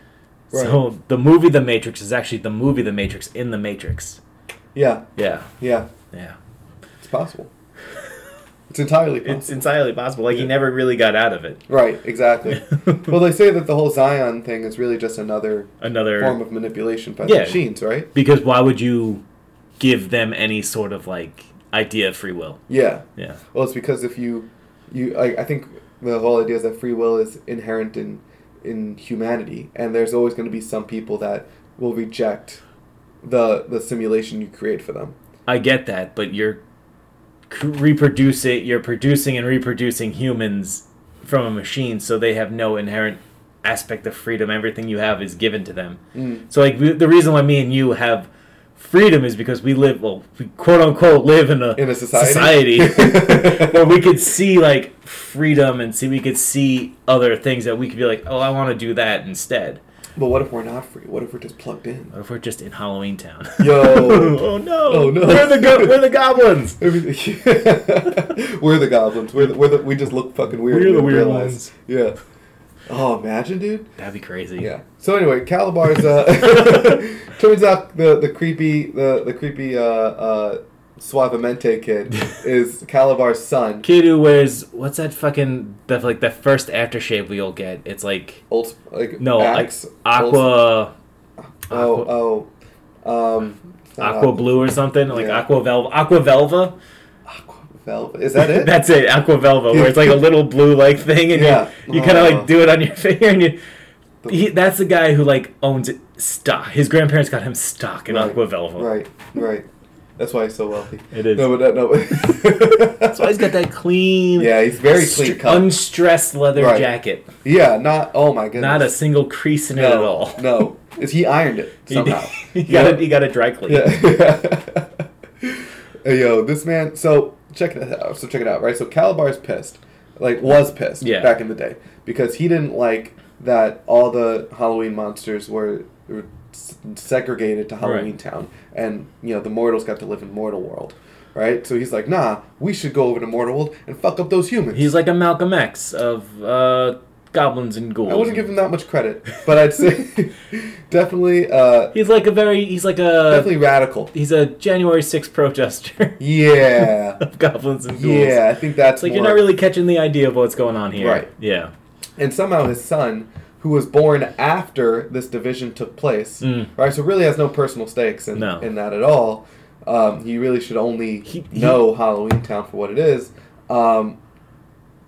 Speaker 2: Right.
Speaker 3: So the movie The Matrix is actually the movie The Matrix in the Matrix.
Speaker 2: yeah.
Speaker 3: Yeah,
Speaker 2: Yeah.
Speaker 3: yeah.
Speaker 2: It's possible. It's entirely possible.
Speaker 3: It's entirely possible. Like he
Speaker 2: Yeah.
Speaker 3: never really got out of it.
Speaker 2: right. <laughs> Exactly. well, they say that the whole Zion thing is really just another
Speaker 3: Another
Speaker 2: form of manipulation by the
Speaker 3: Yeah.
Speaker 2: machines, right?
Speaker 3: because why would you give them any sort of like idea of free will?
Speaker 2: Yeah.
Speaker 3: Yeah,
Speaker 2: Well, it's because if you, you, I, I think the whole idea is that free will is inherent in in humanity, and there's always going to be some people that will reject the the simulation you create for them.
Speaker 3: I get that, but you're c- reproducing, you're producing and reproducing humans from a machine, so they have no inherent aspect of freedom. Everything you have is given to them.
Speaker 2: Mm.
Speaker 3: So, like we, the reason why me and you have freedom is because we live, well, we quote unquote live in a
Speaker 2: In a society? <laughs>
Speaker 3: society where we could see like freedom and see we could see other things that we could be like, oh, I want to do that instead.
Speaker 2: But what if we're not free? What if we're just plugged <laughs> in?
Speaker 3: Or if we're just in Halloween Town.
Speaker 2: Yo.
Speaker 3: <laughs> oh no!
Speaker 2: Oh, no.
Speaker 3: We're the go- we're the goblins.
Speaker 2: Everything- <laughs> we're the goblins. We're the, we're the, we just look fucking weird.
Speaker 3: We're
Speaker 2: and
Speaker 3: the
Speaker 2: we
Speaker 3: weird
Speaker 2: don't
Speaker 3: ones.
Speaker 2: Yeah. Oh, imagine, dude.
Speaker 3: That'd be crazy.
Speaker 2: Yeah. So anyway, Calabar's uh, <laughs> turns out the the creepy the the creepy uh, uh, Suavemente
Speaker 3: <laughs>
Speaker 2: kid is Calabar's son.
Speaker 3: Kid who wears what's that fucking the like the first aftershave we all get? It's like
Speaker 2: Old Sp- like
Speaker 3: no
Speaker 2: Axe,
Speaker 3: like aqua
Speaker 2: Old, oh oh, um, it's not
Speaker 3: aqua blue or something like
Speaker 2: Yeah.
Speaker 3: aqua velva aqua velva.
Speaker 2: Aqua Velva. Is that it?
Speaker 3: <laughs> That's it, aqua velva, where it's like a little blue like thing, and
Speaker 2: Yeah. Uh.
Speaker 3: you, you kind of
Speaker 2: Aw.
Speaker 3: like do it on your <laughs> finger, and you. He, that's the guy who like owns it, stock. His grandparents got him stock in
Speaker 2: Right,
Speaker 3: aqua velva.
Speaker 2: Right, right. That's why he's so wealthy.
Speaker 3: It is.
Speaker 2: No, but no. <laughs> but-
Speaker 3: That's why he's got that clean,
Speaker 2: Yeah, he's very clean
Speaker 3: str-
Speaker 2: cut.
Speaker 3: unstressed leather
Speaker 2: Right.
Speaker 3: jacket.
Speaker 2: yeah, not. Oh my goodness.
Speaker 3: Not a single crease in
Speaker 2: no,
Speaker 3: it at all. <laughs>
Speaker 2: No, is he ironed it
Speaker 3: He-
Speaker 2: somehow?
Speaker 3: <laughs> he, got
Speaker 2: Yeah.
Speaker 3: it. He got it dry clean.
Speaker 2: Yeah. <laughs> Hey, yo, this man. So check it out. So check it out. Right. So Calabar's pissed. Like was pissed
Speaker 3: Yeah.
Speaker 2: back in the day because he didn't like that all the Halloween monsters were, were s- segregated to Halloween
Speaker 3: Right.
Speaker 2: Town, and you know the mortals got to live in Mortal World. Right, so he's like, "Nah, we should go over to Mortal World and fuck up those humans."
Speaker 3: He's like a Malcolm X of uh, goblins and ghouls.
Speaker 2: I wouldn't give him that much credit, but I'd say <laughs> definitely, uh,
Speaker 3: He's like a very. He's like a.
Speaker 2: definitely radical.
Speaker 3: He's a January 6th protester <laughs>
Speaker 2: Yeah,
Speaker 3: of goblins and ghouls.
Speaker 2: yeah, I think that's
Speaker 3: It's like
Speaker 2: more-
Speaker 3: you're not really catching the idea of what's going on here.
Speaker 2: Right.
Speaker 3: Yeah.
Speaker 2: and somehow his son, who was born after this division took place,
Speaker 3: Mm.
Speaker 2: right? So really has no personal stakes in,
Speaker 3: No.
Speaker 2: in that at all. Um, he really should only
Speaker 3: He- he-
Speaker 2: know Halloween Town for what it is. Um,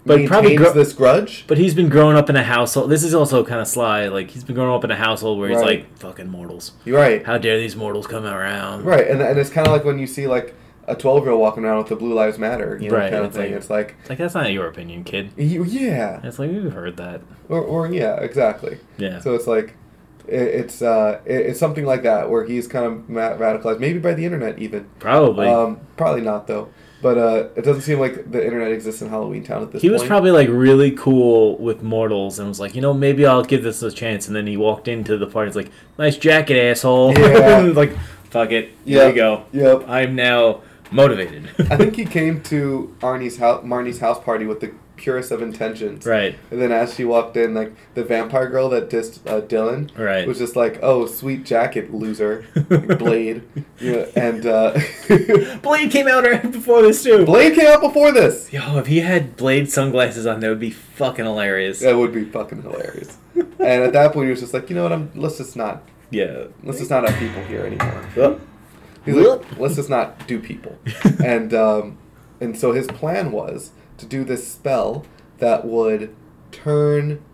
Speaker 3: But
Speaker 2: but
Speaker 3: probably
Speaker 2: maintains
Speaker 3: gro-
Speaker 2: this grudge.
Speaker 3: But he's been growing up in a household. This is also kind of sly. Like he's been growing up in a household where he's
Speaker 2: Right.
Speaker 3: like, "Fucking mortals!
Speaker 2: You're right,
Speaker 3: How dare these mortals come around?"
Speaker 2: right, and and it's kind of like when you see like a twelve year old walking around with the Blue Lives Matter, you know,
Speaker 3: Right,
Speaker 2: kind of
Speaker 3: it's
Speaker 2: thing.
Speaker 3: like-
Speaker 2: it's like,
Speaker 3: It's like that's not your opinion, kid.
Speaker 2: you, yeah,
Speaker 3: It's like we've heard that.
Speaker 2: or, or yeah, exactly.
Speaker 3: Yeah.
Speaker 2: So it's like, it, it's uh, it, it's something like that where he's kind of ma- radicalized, maybe by the internet even.
Speaker 3: probably.
Speaker 2: Um, probably not though. But uh, it doesn't seem like the internet exists in Halloween Town at this
Speaker 3: he
Speaker 2: point.
Speaker 3: was probably like really cool with mortals and was like, you know, maybe I'll give this a chance. And then he walked into the party. It's like, nice jacket, asshole. <laughs>
Speaker 2: Yeah.
Speaker 3: It's like, fuck it.
Speaker 2: Yeah.
Speaker 3: Here we go.
Speaker 2: Yep.
Speaker 3: I'm now motivated.
Speaker 2: I
Speaker 3: <laughs>
Speaker 2: think he came to Arnie's house, Marnie's house party with the purest of intentions.
Speaker 3: right.
Speaker 2: And then as she walked in, like the vampire girl that dissed uh, Dylan
Speaker 3: Right.
Speaker 2: was just like, "Oh, sweet jacket,
Speaker 3: <laughs>
Speaker 2: loser, Blade." Yeah, and uh, <laughs>
Speaker 3: Blade came out right before this too.
Speaker 2: Blade came out before this.
Speaker 3: Yo, if he had Blade sunglasses on, that would be fucking hilarious.
Speaker 2: <laughs> That would be fucking hilarious. and at that point, he was just like, "You know what? I'm let's just not
Speaker 3: Yeah.
Speaker 2: let's just not have people here anymore."
Speaker 3: Oh.
Speaker 2: He's like, let's just not do people. and um, and so his plan was to do this spell that would turn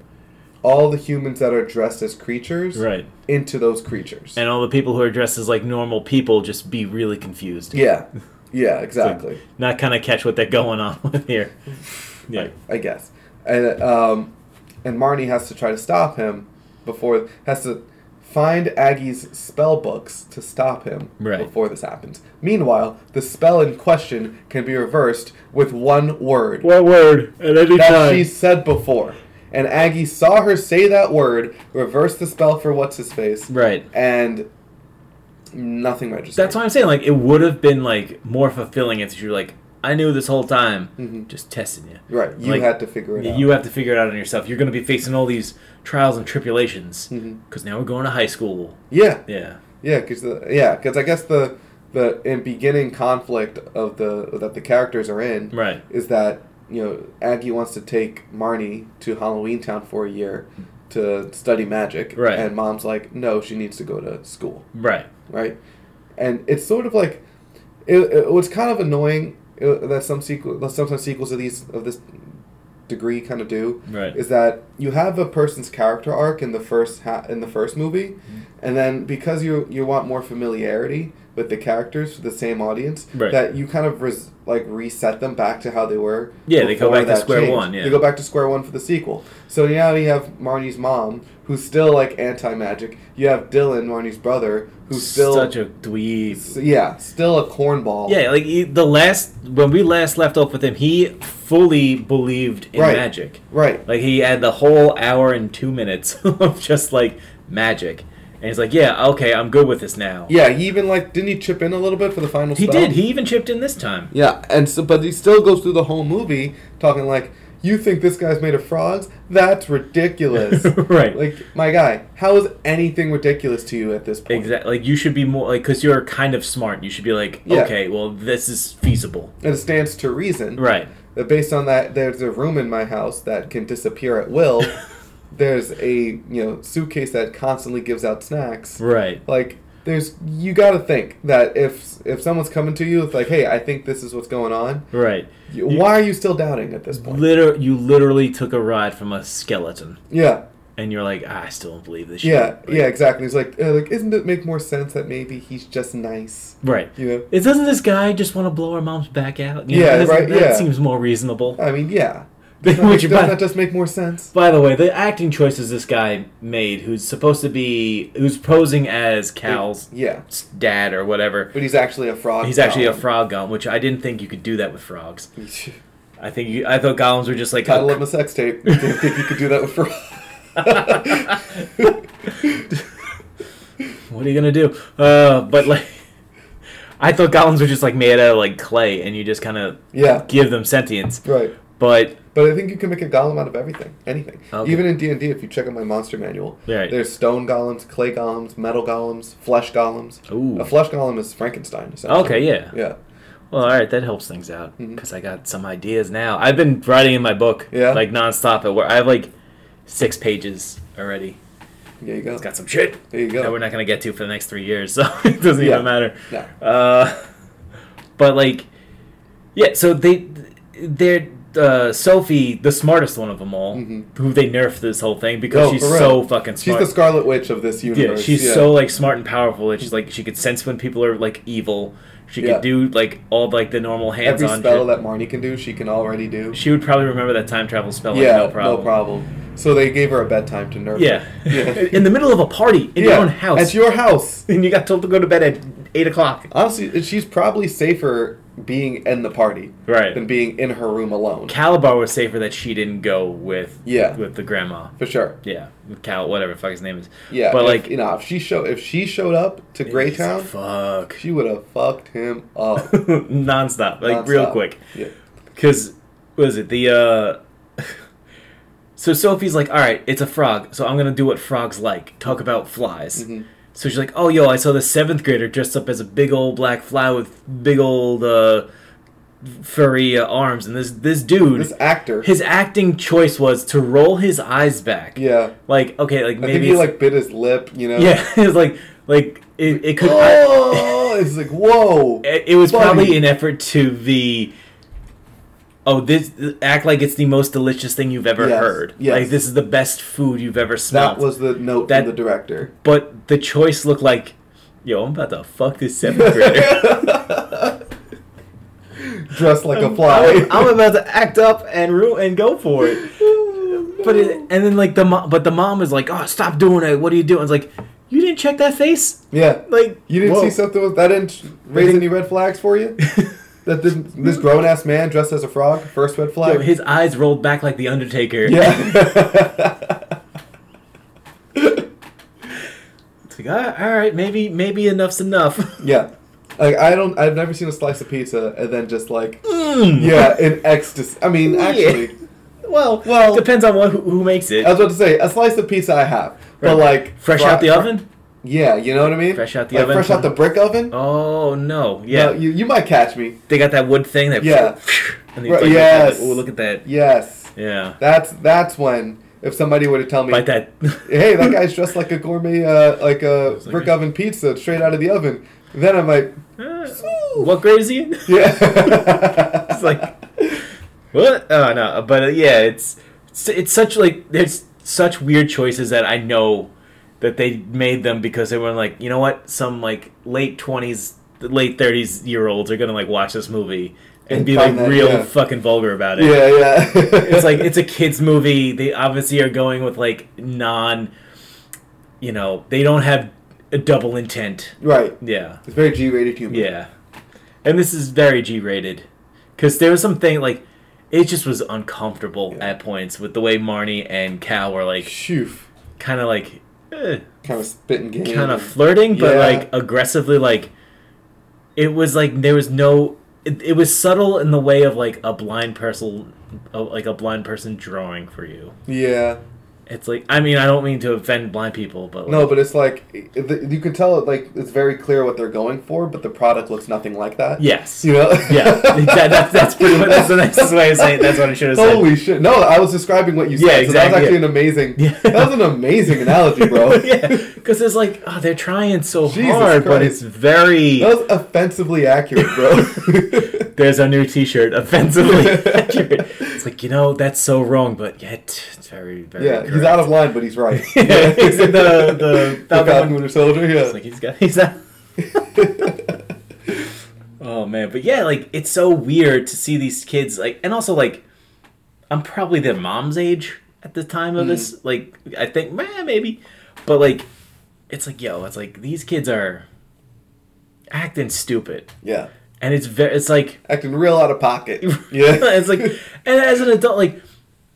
Speaker 2: all the humans that are dressed as creatures
Speaker 3: Right.
Speaker 2: into those creatures.
Speaker 3: And all the people who are dressed as like normal people just be really confused.
Speaker 2: yeah, yeah,
Speaker 3: It's like,
Speaker 2: exactly.
Speaker 3: not kind of catch what they're going on <laughs>
Speaker 2: <laughs>
Speaker 3: with here. Yeah.
Speaker 2: I guess. And um, and Marnie has to try to stop him before has to find Aggie's spell books to stop him
Speaker 3: Right.
Speaker 2: before this happens. Meanwhile, the spell in question can be reversed with one word.
Speaker 3: What word at any
Speaker 2: that she said before. And Aggie saw her say that word, reversed the spell for what's his face,
Speaker 3: Right.
Speaker 2: and nothing registered.
Speaker 3: That's what I'm saying. Like, it would have been like more fulfilling if you were like, I knew this whole time, just testing you.
Speaker 2: Mm-hmm. right. You
Speaker 3: Like,
Speaker 2: had to figure it
Speaker 3: Y-
Speaker 2: out.
Speaker 3: You have to figure it out on yourself. You're going to be facing all these trials and tribulations because
Speaker 2: Mm-hmm.
Speaker 3: now we're going to high school.
Speaker 2: yeah,
Speaker 3: Yeah.
Speaker 2: yeah, because yeah, because I guess the the in beginning conflict of the that the characters are in
Speaker 3: Right.
Speaker 2: is that you know Aggie wants to take Marnie to Halloween Town for a year to study magic,
Speaker 3: Right.
Speaker 2: And Mom's like, no, she needs to go to school.
Speaker 3: Right.
Speaker 2: right? And it's sort of like it, it was kind of annoying uh, that some sequel, that sometimes sequels of these of this degree kind of do
Speaker 3: Right.
Speaker 2: is that you have a person's character arc in the first ha- in the first movie,
Speaker 3: Mm-hmm.
Speaker 2: and then because you you want more familiarity with the characters for the same audience,
Speaker 3: Right.
Speaker 2: that you kind of res- like reset them back to how they were.
Speaker 3: Yeah, they go
Speaker 2: before
Speaker 3: back to
Speaker 2: that
Speaker 3: square one, yeah.
Speaker 2: they go back to square one for the sequel. So now you have Marnie's mom, who's still like anti magic. You have Dylan, Marnie's brother, who's still
Speaker 3: Such a dweeb.
Speaker 2: S- yeah, still a cornball.
Speaker 3: Yeah, like he, the last when we last left off with him, he fully believed in
Speaker 2: Right.
Speaker 3: magic.
Speaker 2: Right.
Speaker 3: Like he had the whole hour and two minutes <laughs> of just like magic, and he's like, "Yeah, okay, I'm good with this now."
Speaker 2: Yeah, he even like didn't he chip in a little bit for the final
Speaker 3: he
Speaker 2: spell?
Speaker 3: did. He even chipped in this time.
Speaker 2: Yeah, and so but he still goes through the whole movie talking like, You think this guy's made of frogs? That's ridiculous.
Speaker 3: <laughs> Right.
Speaker 2: Like, my guy, how is anything ridiculous to you at this point?
Speaker 3: Exactly. Like you should be more like because you're kind of smart. You should be like,
Speaker 2: Yeah.
Speaker 3: "Okay, well, this is feasible."
Speaker 2: And it stands to reason.
Speaker 3: Right.
Speaker 2: That Uh, based on that there's a room in my house that can disappear at
Speaker 3: <laughs>
Speaker 2: will. there's a you know, suitcase that constantly gives out snacks.
Speaker 3: Right.
Speaker 2: like there's you got to think that if if someone's coming to you it's like hey i think this is what's going on
Speaker 3: Right.
Speaker 2: you, why are you still doubting at this point
Speaker 3: Liter- you literally took a ride from a skeleton,
Speaker 2: yeah
Speaker 3: and you're like, "I still don't believe this." shit."
Speaker 2: yeah yeah exactly he's like uh, like isn't it make more sense that maybe he's just nice
Speaker 3: Right.
Speaker 2: you know
Speaker 3: It doesn't this guy just want to blow her mom's back out? You
Speaker 2: Yeah,
Speaker 3: know, that's-
Speaker 2: right,
Speaker 3: That
Speaker 2: yeah. Uh,
Speaker 3: seems more reasonable. <laughs>
Speaker 2: i mean yeah
Speaker 3: Then
Speaker 2: doesn't that,
Speaker 3: would
Speaker 2: make,
Speaker 3: you
Speaker 2: doesn't
Speaker 3: buy-
Speaker 2: that just make more sense
Speaker 3: By the way, the acting choices this guy made, who's supposed to be, who's posing as Cal's
Speaker 2: yeah
Speaker 3: dad or whatever,
Speaker 2: but he's actually a frog
Speaker 3: he's actually a
Speaker 2: golem.
Speaker 3: frog golem, which I didn't think you could do that with frogs.
Speaker 2: <laughs>
Speaker 3: I think you, I thought golems were just like "Oh,
Speaker 2: title of my sex tape didn't think you could do that with frog
Speaker 3: what are you gonna do? Uh, but like, <laughs> I thought golems were just like made out of like clay, and you just kind of
Speaker 2: <laughs> yeah
Speaker 3: give them sentience.
Speaker 2: right
Speaker 3: But
Speaker 2: But I think you can make a golem out of everything, anything.
Speaker 3: Okay.
Speaker 2: Even in D and D, if you check out my monster manual,
Speaker 3: Right.
Speaker 2: there's stone golems, clay golems, metal golems, flesh golems.
Speaker 3: Ooh.
Speaker 2: A flesh golem is Frankenstein. Essentially.
Speaker 3: okay, yeah,
Speaker 2: Yeah.
Speaker 3: Well, all right, that helps things out because I got some ideas now. I've been writing in my book
Speaker 2: Mm-hmm. Yeah?
Speaker 3: like nonstop at work. I have like six pages already.
Speaker 2: There you go.
Speaker 3: It's got some shit
Speaker 2: There you
Speaker 3: that
Speaker 2: go.
Speaker 3: we're not gonna get to for the next three years, <laughs> so it doesn't
Speaker 2: Yeah.
Speaker 3: even matter.
Speaker 2: Yeah.
Speaker 3: Uh, <laughs> but like, yeah. So they, they're uh, Sophie, the smartest one of them all,
Speaker 2: Mhm.
Speaker 3: who they nerfed this whole thing because
Speaker 2: No,
Speaker 3: she's
Speaker 2: Oh, for real.
Speaker 3: so fucking
Speaker 2: She's
Speaker 3: smart.
Speaker 2: the Scarlet Witch of this universe.
Speaker 3: Yeah, she's
Speaker 2: Yeah.
Speaker 3: so like smart and powerful that she's like she could sense when people are like evil. She could
Speaker 2: Yeah.
Speaker 3: do like all like the normal hands
Speaker 2: Every
Speaker 3: on
Speaker 2: spell that Marnie can do, she can already do.
Speaker 3: she would probably remember that time travel spell like
Speaker 2: yeah,
Speaker 3: no problem.
Speaker 2: So they gave her a bedtime to nerf.
Speaker 3: Yeah.
Speaker 2: her.
Speaker 3: <laughs>
Speaker 2: yeah.
Speaker 3: in the middle of a party in your own house.
Speaker 2: At your <laughs> house.
Speaker 3: and you got told to go to bed at eight o'clock.
Speaker 2: Honestly, she's probably safer being in the party
Speaker 3: Right.
Speaker 2: than being in her room alone.
Speaker 3: Calabar was safer that she didn't go with
Speaker 2: Yeah.
Speaker 3: with the grandma.
Speaker 2: For sure.
Speaker 3: Yeah. with Cal whatever the fuck his name is.
Speaker 2: Yeah.
Speaker 3: But
Speaker 2: if-
Speaker 3: like
Speaker 2: you know, if she show if she showed up to Greytown,
Speaker 3: Fuck. <laughs>
Speaker 2: she would have fucked him up.
Speaker 3: Nonstop. Like real
Speaker 2: nonstop.
Speaker 3: quick.
Speaker 2: Yeah.
Speaker 3: Because, what is it? The, uh. <laughs> so Sophie's like, all right, it's a frog, so I'm going to do what frogs like talk about flies.
Speaker 2: Mm-hmm.
Speaker 3: So she's like, oh, yo, I saw the seventh grader dressed up as a big old black fly with big old, uh. Furry uh, arms, and this this dude,
Speaker 2: This actor.
Speaker 3: his acting choice was to roll his eyes back.
Speaker 2: yeah.
Speaker 3: Like, okay, like
Speaker 2: I
Speaker 3: maybe.
Speaker 2: think he
Speaker 3: it's-
Speaker 2: like bit his lip, you know.
Speaker 3: <laughs> yeah, it's like, like, it, it could.
Speaker 2: <laughs> Oh, it's like whoa.
Speaker 3: it, it was
Speaker 2: Buddy.
Speaker 3: probably an effort to the oh this act like it's the most delicious thing you've ever
Speaker 2: Yes,
Speaker 3: heard
Speaker 2: yes.
Speaker 3: like this is the best food you've ever smelled
Speaker 2: That was the note
Speaker 3: That-
Speaker 2: from the director.
Speaker 3: but the choice looked like yo i'm about to fuck this
Speaker 2: <laughs>
Speaker 3: seventh grader
Speaker 2: Dressed like a fly.
Speaker 3: <laughs> I'm, I'm about to act up and ru- and go for it <laughs> but it, and then like the mom but the mom is like oh stop doing it what are you doing it's like you didn't check that face
Speaker 2: yeah.
Speaker 3: like
Speaker 2: You didn't
Speaker 3: whoa.
Speaker 2: see something with- that didn't raise
Speaker 3: Didn't-
Speaker 2: any red flags for
Speaker 3: <laughs>
Speaker 2: you? that this, this grown ass man dressed as a frog, first red
Speaker 3: Yo,
Speaker 2: flag.
Speaker 3: his eyes rolled back like the
Speaker 2: <laughs>
Speaker 3: undertaker <laughs>
Speaker 2: yeah.
Speaker 3: it's like "Ah, all right maybe maybe enough's enough <laughs>
Speaker 2: yeah. Like I don't I've never seen a slice of pizza and then just like
Speaker 3: Mm.
Speaker 2: yeah, in ecstasy. I mean,
Speaker 3: Yeah.
Speaker 2: actually,
Speaker 3: Well,
Speaker 2: Well-
Speaker 3: depends on what, who, who makes it.
Speaker 2: I was about to say a slice of pizza I have, but like
Speaker 3: fresh
Speaker 2: fri-
Speaker 3: out the
Speaker 2: fri-
Speaker 3: oven.
Speaker 2: Yeah, you know what I mean.
Speaker 3: Fresh out the
Speaker 2: Like,
Speaker 3: oven.
Speaker 2: Fresh out the brick oven.
Speaker 3: Oh no! Yeah,
Speaker 2: No, you, you might catch me.
Speaker 3: they got that wood thing that.
Speaker 2: Yeah.
Speaker 3: <laughs> And
Speaker 2: Right,
Speaker 3: it's like,
Speaker 2: yes.
Speaker 3: Oh, look at that.
Speaker 2: Yes,
Speaker 3: Yeah.
Speaker 2: that's that's when if somebody were to tell me,
Speaker 3: Bite that. <laughs>
Speaker 2: hey, that guy's dressed like a gourmet, uh, like a
Speaker 3: like
Speaker 2: brick
Speaker 3: a-
Speaker 2: oven pizza straight out of the oven. Then I'm like,
Speaker 3: Ah. what grade is he in?
Speaker 2: yeah,
Speaker 3: <laughs>
Speaker 2: <laughs>
Speaker 3: It's like- what? Oh no! But uh, yeah, it's it's- it's such like there's such weird choices that I know that they made them because they were like, you know what? Some like late twenties, late thirties year olds are gonna like watch this movie and,
Speaker 2: And
Speaker 3: be like
Speaker 2: find that-
Speaker 3: real
Speaker 2: yeah.
Speaker 3: fucking vulgar about it.
Speaker 2: yeah, yeah. <laughs>
Speaker 3: it's like it's a kids movie. They obviously are going with like non, you know, they don't have a double intent.
Speaker 2: right.
Speaker 3: Yeah,
Speaker 2: It's very G-rated humor.
Speaker 3: yeah, and this is very G-rated because there was something like it just was uncomfortable
Speaker 2: Yeah.
Speaker 3: at points with the way Marnie and Cal were like
Speaker 2: Shoof.
Speaker 3: kind of like eh,
Speaker 2: Kind of spitting game.
Speaker 3: kind of flirting, but
Speaker 2: Yeah.
Speaker 3: like aggressively like it was like there was no. It, it was subtle in the way of like a blind person, uh, like a blind person drawing for you.
Speaker 2: yeah.
Speaker 3: It's like I mean I don't mean to offend blind people, but like,
Speaker 2: No, but it's like it- it- you can tell. Like it's very clear what they're going for, but the product looks nothing like that.
Speaker 3: yes, <laughs>
Speaker 2: You know.
Speaker 3: yeah,
Speaker 2: <laughs>
Speaker 3: that, that's that's pretty much that's the nicest way of saying it. that's what I should have said.
Speaker 2: Holy shit! No, I was describing what you said.
Speaker 3: Yeah,
Speaker 2: so that
Speaker 3: exactly,
Speaker 2: was actually
Speaker 3: yeah.
Speaker 2: an amazing.
Speaker 3: Yeah.
Speaker 2: That was an amazing analogy, bro.
Speaker 3: <laughs> yeah, because it's like oh, they're trying so
Speaker 2: Jesus
Speaker 3: hard, but
Speaker 2: Christ.
Speaker 3: it's very.
Speaker 2: That was offensively accurate,
Speaker 3: <laughs>
Speaker 2: bro.
Speaker 3: There's our new T-shirt,
Speaker 2: <laughs>
Speaker 3: offensively accurate. It's like you know that's so wrong, but yet it's very very.
Speaker 2: yeah, he's out of line, but hehe's right.
Speaker 3: <laughs> Yeah, he's in the- the
Speaker 2: <laughs>
Speaker 3: Falcon
Speaker 2: Falcon
Speaker 3: Winter
Speaker 2: Winter Soldier. Yeah.
Speaker 3: It's like he's got he's out. Oh man, but yeah, like it's so weird to see these kids like, and also like, I'm probably their mom's age at the time
Speaker 2: Mm.
Speaker 3: of this. Like, I think meh, maybe, but like, it's like yo, it's like these kids are acting stupid,
Speaker 2: <laughs> yeah.
Speaker 3: and it's very, it's like,
Speaker 2: Acting real out of
Speaker 3: <laughs>
Speaker 2: pocket. Yeah.
Speaker 3: it's like, and as an adult, like,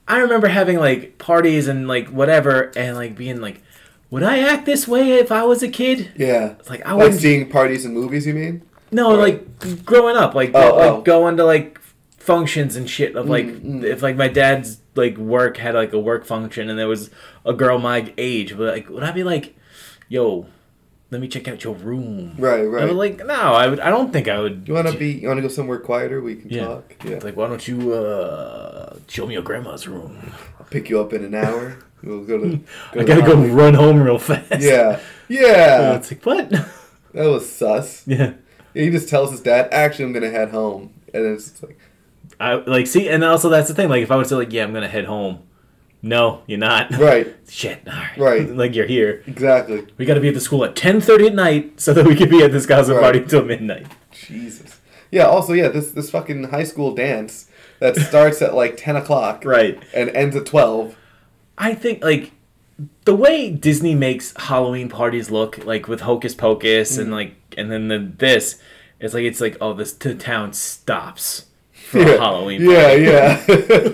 Speaker 3: I remember having like parties and like whatever, and like being like, would I act this way if I was a kid?
Speaker 2: <laughs> Yeah.
Speaker 3: It's like I
Speaker 2: Like
Speaker 3: wouldn't.
Speaker 2: seeing parties and movies, you mean?
Speaker 3: No,
Speaker 2: Or-
Speaker 3: like growing up, like
Speaker 2: Oh,
Speaker 3: like
Speaker 2: oh.
Speaker 3: going to like functions and shit of like
Speaker 2: Mm, mm.
Speaker 3: if like my dad's like work had like a work function and there was a girl my age, but like would I be like, yo, let me check out your room.
Speaker 2: Right, right.
Speaker 3: I was like, no, I would. I don't think I would.
Speaker 2: you <laughs> want to be? You want to go somewhere quieter? We can
Speaker 3: Yeah.
Speaker 2: talk. Yeah.
Speaker 3: Like, why don't you uh, show me your grandma's room?
Speaker 2: I'll pick you up in an hour. We'll go
Speaker 3: <laughs>
Speaker 2: to.
Speaker 3: I
Speaker 2: to
Speaker 3: gotta go
Speaker 2: Harley.
Speaker 3: run home real fast. <laughs>
Speaker 2: Yeah,
Speaker 3: Uh,
Speaker 2: yeah.
Speaker 3: it's like what? <laughs>
Speaker 2: That was sus.
Speaker 3: yeah.
Speaker 2: He just tells his dad, "Actually, I'm gonna head home," and it's just like,
Speaker 3: I like see, and also that's the thing. Like, if I would say like, yeah, I'm gonna head home. No, you're not.
Speaker 2: right,
Speaker 3: <laughs> Shit. All right.
Speaker 2: Right.
Speaker 3: <laughs> like you're here.
Speaker 2: exactly.
Speaker 3: We gotta be at the school at 10:30 at night so that we can be at this Gaza
Speaker 2: Right.
Speaker 3: party until midnight.
Speaker 2: Jesus. Yeah. Also, yeah. This this fucking high school dance that starts at like ten o'clock,
Speaker 3: Right.
Speaker 2: and ends at twelve.
Speaker 3: I think like the way Disney makes Halloween parties look like with Hocus Pocus
Speaker 2: Mm.
Speaker 3: and like and then the, this, it's like it's like oh this the town stops
Speaker 2: <laughs>
Speaker 3: for
Speaker 2: yeah.
Speaker 3: Halloween.
Speaker 2: Yeah, yeah.
Speaker 3: <laughs>
Speaker 2: <laughs>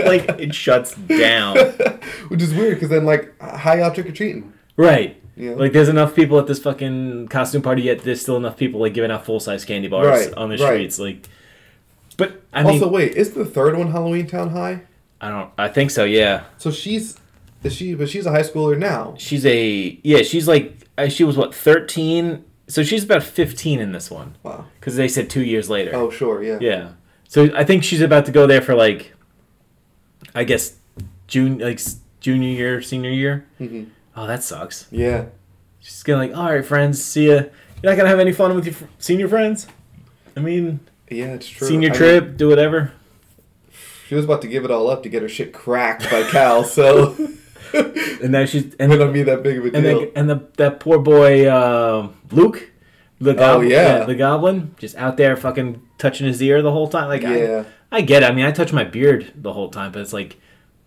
Speaker 3: like it shuts down.
Speaker 2: Which is weird because then like, hi, y'all trick or treating.
Speaker 3: Right.
Speaker 2: Yeah.
Speaker 3: Like there's enough people at this fucking costume party yet there's still enough people like giving out full size candy bars
Speaker 2: Right,
Speaker 3: on the
Speaker 2: right.
Speaker 3: streets. Like But I mean
Speaker 2: Also, wait, is the third one Halloween Town High?
Speaker 3: I don't I think so, yeah.
Speaker 2: So she's, is she? But she's a high schooler now.
Speaker 3: She's a yeah, she's like uh, she was what, thirteen? So she's about fifteen in this one.
Speaker 2: Wow.
Speaker 3: Because they said two years later.
Speaker 2: Oh, sure. Yeah.
Speaker 3: Yeah. So I think she's about to go there for like, I guess, June like s- junior year, senior year.
Speaker 2: Mhm.
Speaker 3: Oh, that sucks.
Speaker 2: Yeah.
Speaker 3: She's gonna like, all right, friends, see ya. You're not gonna have any fun with your fr- senior friends. I mean,
Speaker 2: Yeah, it's true.
Speaker 3: senior
Speaker 2: I mean,
Speaker 3: trip, do whatever.
Speaker 2: she was about to give it all up to get her shit cracked by Cal,
Speaker 3: <laughs>
Speaker 2: so <laughs> it
Speaker 3: And now she's and
Speaker 2: don't mean that big of a
Speaker 3: and
Speaker 2: deal.
Speaker 3: the, and the that poor boy uh, Luke, the goblin,
Speaker 2: Oh, yeah.
Speaker 3: the goblin, just out there fucking touching his ear the whole time. Like,
Speaker 2: yeah,
Speaker 3: I, I get. It. I mean, I touch my beard the whole time, but it's like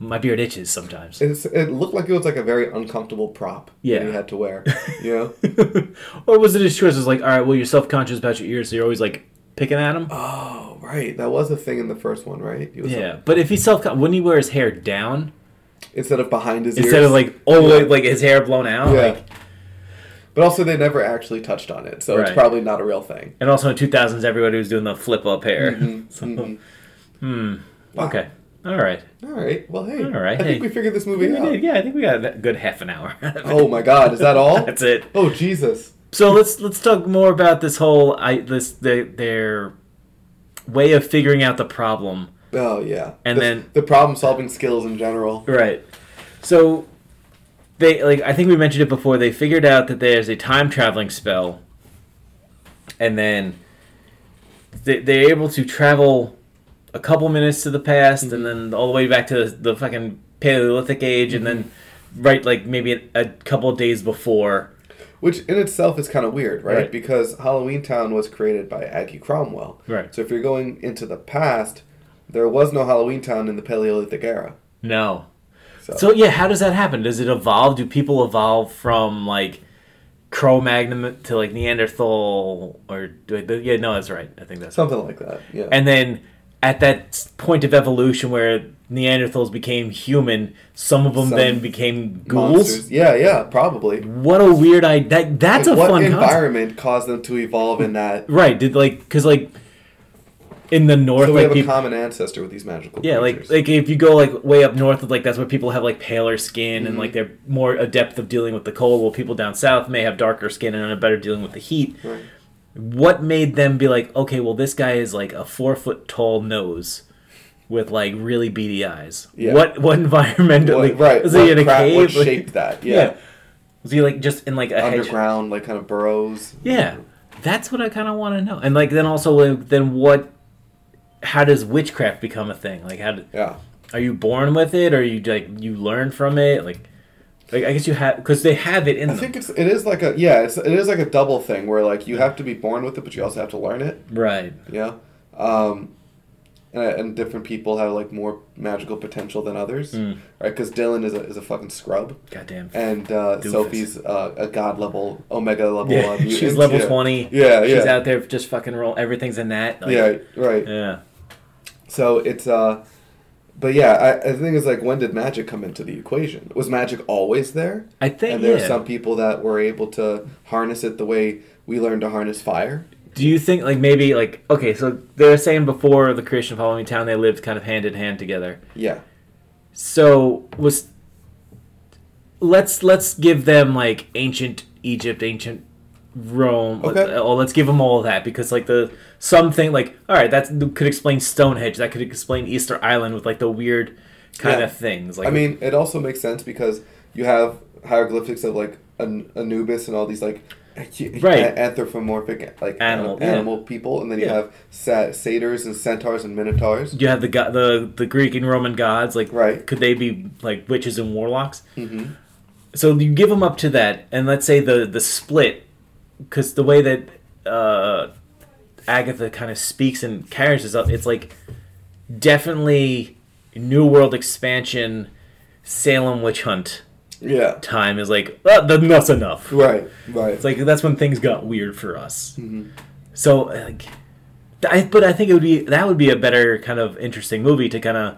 Speaker 3: my beard itches sometimes. <laughs>
Speaker 2: it's, it looked like it was like a very uncomfortable prop
Speaker 3: Yeah.
Speaker 2: that he had to
Speaker 3: <laughs>
Speaker 2: wear. You know?
Speaker 3: or was it his choice? It's like, all right, well, you're self conscious about your ears, so you're always like picking at him.
Speaker 2: oh, right, that was a thing in the first one, right? It was
Speaker 3: yeah, but if he's self, wouldn't he wear his hair down
Speaker 2: instead of behind his
Speaker 3: instead
Speaker 2: ears.
Speaker 3: of like all the way
Speaker 2: Yeah.
Speaker 3: like his hair blown out?
Speaker 2: yeah.
Speaker 3: Like,
Speaker 2: but also, they never actually touched on it, so it's
Speaker 3: Right.
Speaker 2: probably not a real thing.
Speaker 3: and also in 2000s, everybody was doing the flip up hair. so,
Speaker 2: Mm-hmm. Wow.
Speaker 3: <laughs> okay, all right,
Speaker 2: All right. Well, hey.
Speaker 3: All right,
Speaker 2: I
Speaker 3: hey.
Speaker 2: think we figured this movie
Speaker 3: We
Speaker 2: out.
Speaker 3: did- yeah, I think we got a good half an hour.
Speaker 2: Oh
Speaker 3: <laughs>
Speaker 2: my God! Is that all?
Speaker 3: That's it.
Speaker 2: Oh Jesus!
Speaker 3: So let's let's talk more about this whole I this the, their way of figuring out the problem.
Speaker 2: Oh yeah.
Speaker 3: And
Speaker 2: The-
Speaker 3: then-
Speaker 2: the problem-solving skills in general.
Speaker 3: Right. So they like I think we mentioned it before, they figured out that there's a time traveling spell and then they they're able to travel a couple minutes to the past and then all the way back to the, the fucking Paleolithic age and then right like maybe a, a couple of days before.
Speaker 2: Which in itself is kind of weird, right?
Speaker 3: Right.
Speaker 2: Because Halloween Town was created by Aggie Cromwell.
Speaker 3: Right.
Speaker 2: So if you're going into the past, there was no Halloween Town in the Paleolithic era.
Speaker 3: No.
Speaker 2: So,
Speaker 3: So yeah, how does that happen? Does it evolve? Do people evolve from like Cro-Magnon to like Neanderthal or do yeah, no, that's right. I think that's
Speaker 2: something like that. Yeah.
Speaker 3: and then at that s- point of evolution where Neanderthals became human, some of them
Speaker 2: Some
Speaker 3: then became ghouls.
Speaker 2: Monsters. Yeah, yeah, probably.
Speaker 3: What a weird idea! That, that's
Speaker 2: Like,
Speaker 3: a
Speaker 2: what
Speaker 3: fun concept,
Speaker 2: environment caused them to evolve in
Speaker 3: <laughs>
Speaker 2: that?
Speaker 3: right? Did like because like in the north,
Speaker 2: So we
Speaker 3: like
Speaker 2: have a
Speaker 3: people,
Speaker 2: common ancestor with these magical
Speaker 3: yeah, like
Speaker 2: creatures.
Speaker 3: like if you go like way up north, like that's where people have like paler skin and
Speaker 2: Mm-hmm.
Speaker 3: like they're more adept of dealing with the cold. While people down south may have darker skin and are better dealing with the heat.
Speaker 2: Right.
Speaker 3: what made them be like, okay, well, this guy is like a four foot tall nose with like really beady eyes.
Speaker 2: Yeah.
Speaker 3: What what environment?
Speaker 2: What-
Speaker 3: like,
Speaker 2: right.
Speaker 3: Is
Speaker 2: what
Speaker 3: he in a
Speaker 2: cra-
Speaker 3: cave? <laughs>
Speaker 2: What
Speaker 3: Like,
Speaker 2: shaped that?
Speaker 3: yeah.
Speaker 2: Yeah.
Speaker 3: Was he like just in like a hedge?
Speaker 2: Underground, like kind of burrows.
Speaker 3: Yeah, that's what I kind of want to know. And like then also like, then what? How does witchcraft become a thing? Like how? Do,
Speaker 2: Yeah.
Speaker 3: are you born with it, or you like you learn from it? Like, like I guess you have because they have it in
Speaker 2: I
Speaker 3: them,
Speaker 2: think it's it is like a yeah it's, it is like a double thing where like you have to be born with it but you also have to learn it
Speaker 3: right?
Speaker 2: Yeah. Um, and, and different people have like more magical potential than others, Right?
Speaker 3: Mm.
Speaker 2: 'Cause right? Because Dylan is a, is a fucking scrub,
Speaker 3: Goddamn.
Speaker 2: and uh,
Speaker 3: Doofus.
Speaker 2: Sophie's uh, a god level, omega level.
Speaker 3: Yeah,
Speaker 2: uh,
Speaker 3: <laughs> she's
Speaker 2: mutant.
Speaker 3: level
Speaker 2: Yeah.
Speaker 3: twenty.
Speaker 2: Yeah,
Speaker 3: she's
Speaker 2: yeah.
Speaker 3: out there just fucking roll. Everything's in that. like,
Speaker 2: Yeah, right.
Speaker 3: yeah.
Speaker 2: So it's uh, but yeah, I, I think it's like when did magic come into the equation? Was magic always there?
Speaker 3: I think.
Speaker 2: And there
Speaker 3: yeah.
Speaker 2: are some people that were able to harness it the way we learned to harness fire.
Speaker 3: Do you think like maybe like okay? So they were saying before the creation of Halloween Town, they lived kind of hand in hand together.
Speaker 2: Yeah.
Speaker 3: So was let's let's give them like ancient Egypt, ancient Rome.
Speaker 2: Okay.
Speaker 3: Oh, let's give them all that because like the something like all right that could explain Stonehenge. That could explain Easter Island with like the weird kind
Speaker 2: Yeah.
Speaker 3: of things. Like
Speaker 2: I mean, it also makes sense because you have hieroglyphics of like an Anubis and all these like a-
Speaker 3: Right.
Speaker 2: anthropomorphic like
Speaker 3: Animal,
Speaker 2: animal,
Speaker 3: yeah.
Speaker 2: animal people, and then you
Speaker 3: Yeah.
Speaker 2: have sa- satyrs and centaurs and minotaurs.
Speaker 3: you have the go- the the Greek and Roman gods. Like
Speaker 2: Right.
Speaker 3: could they be like witches and warlocks?
Speaker 2: Mhm.
Speaker 3: So you give them up to that, and let's say the the split, because the way that uh, Agatha kind of speaks and carries this up, it's like definitely New World expansion, Salem witch hunt
Speaker 2: Yeah.
Speaker 3: time is like oh, that's enough.
Speaker 2: Right. Right.
Speaker 3: It's like that's when things got weird for us. So, like, I but I think it would be that would be a better kind of interesting movie to kind of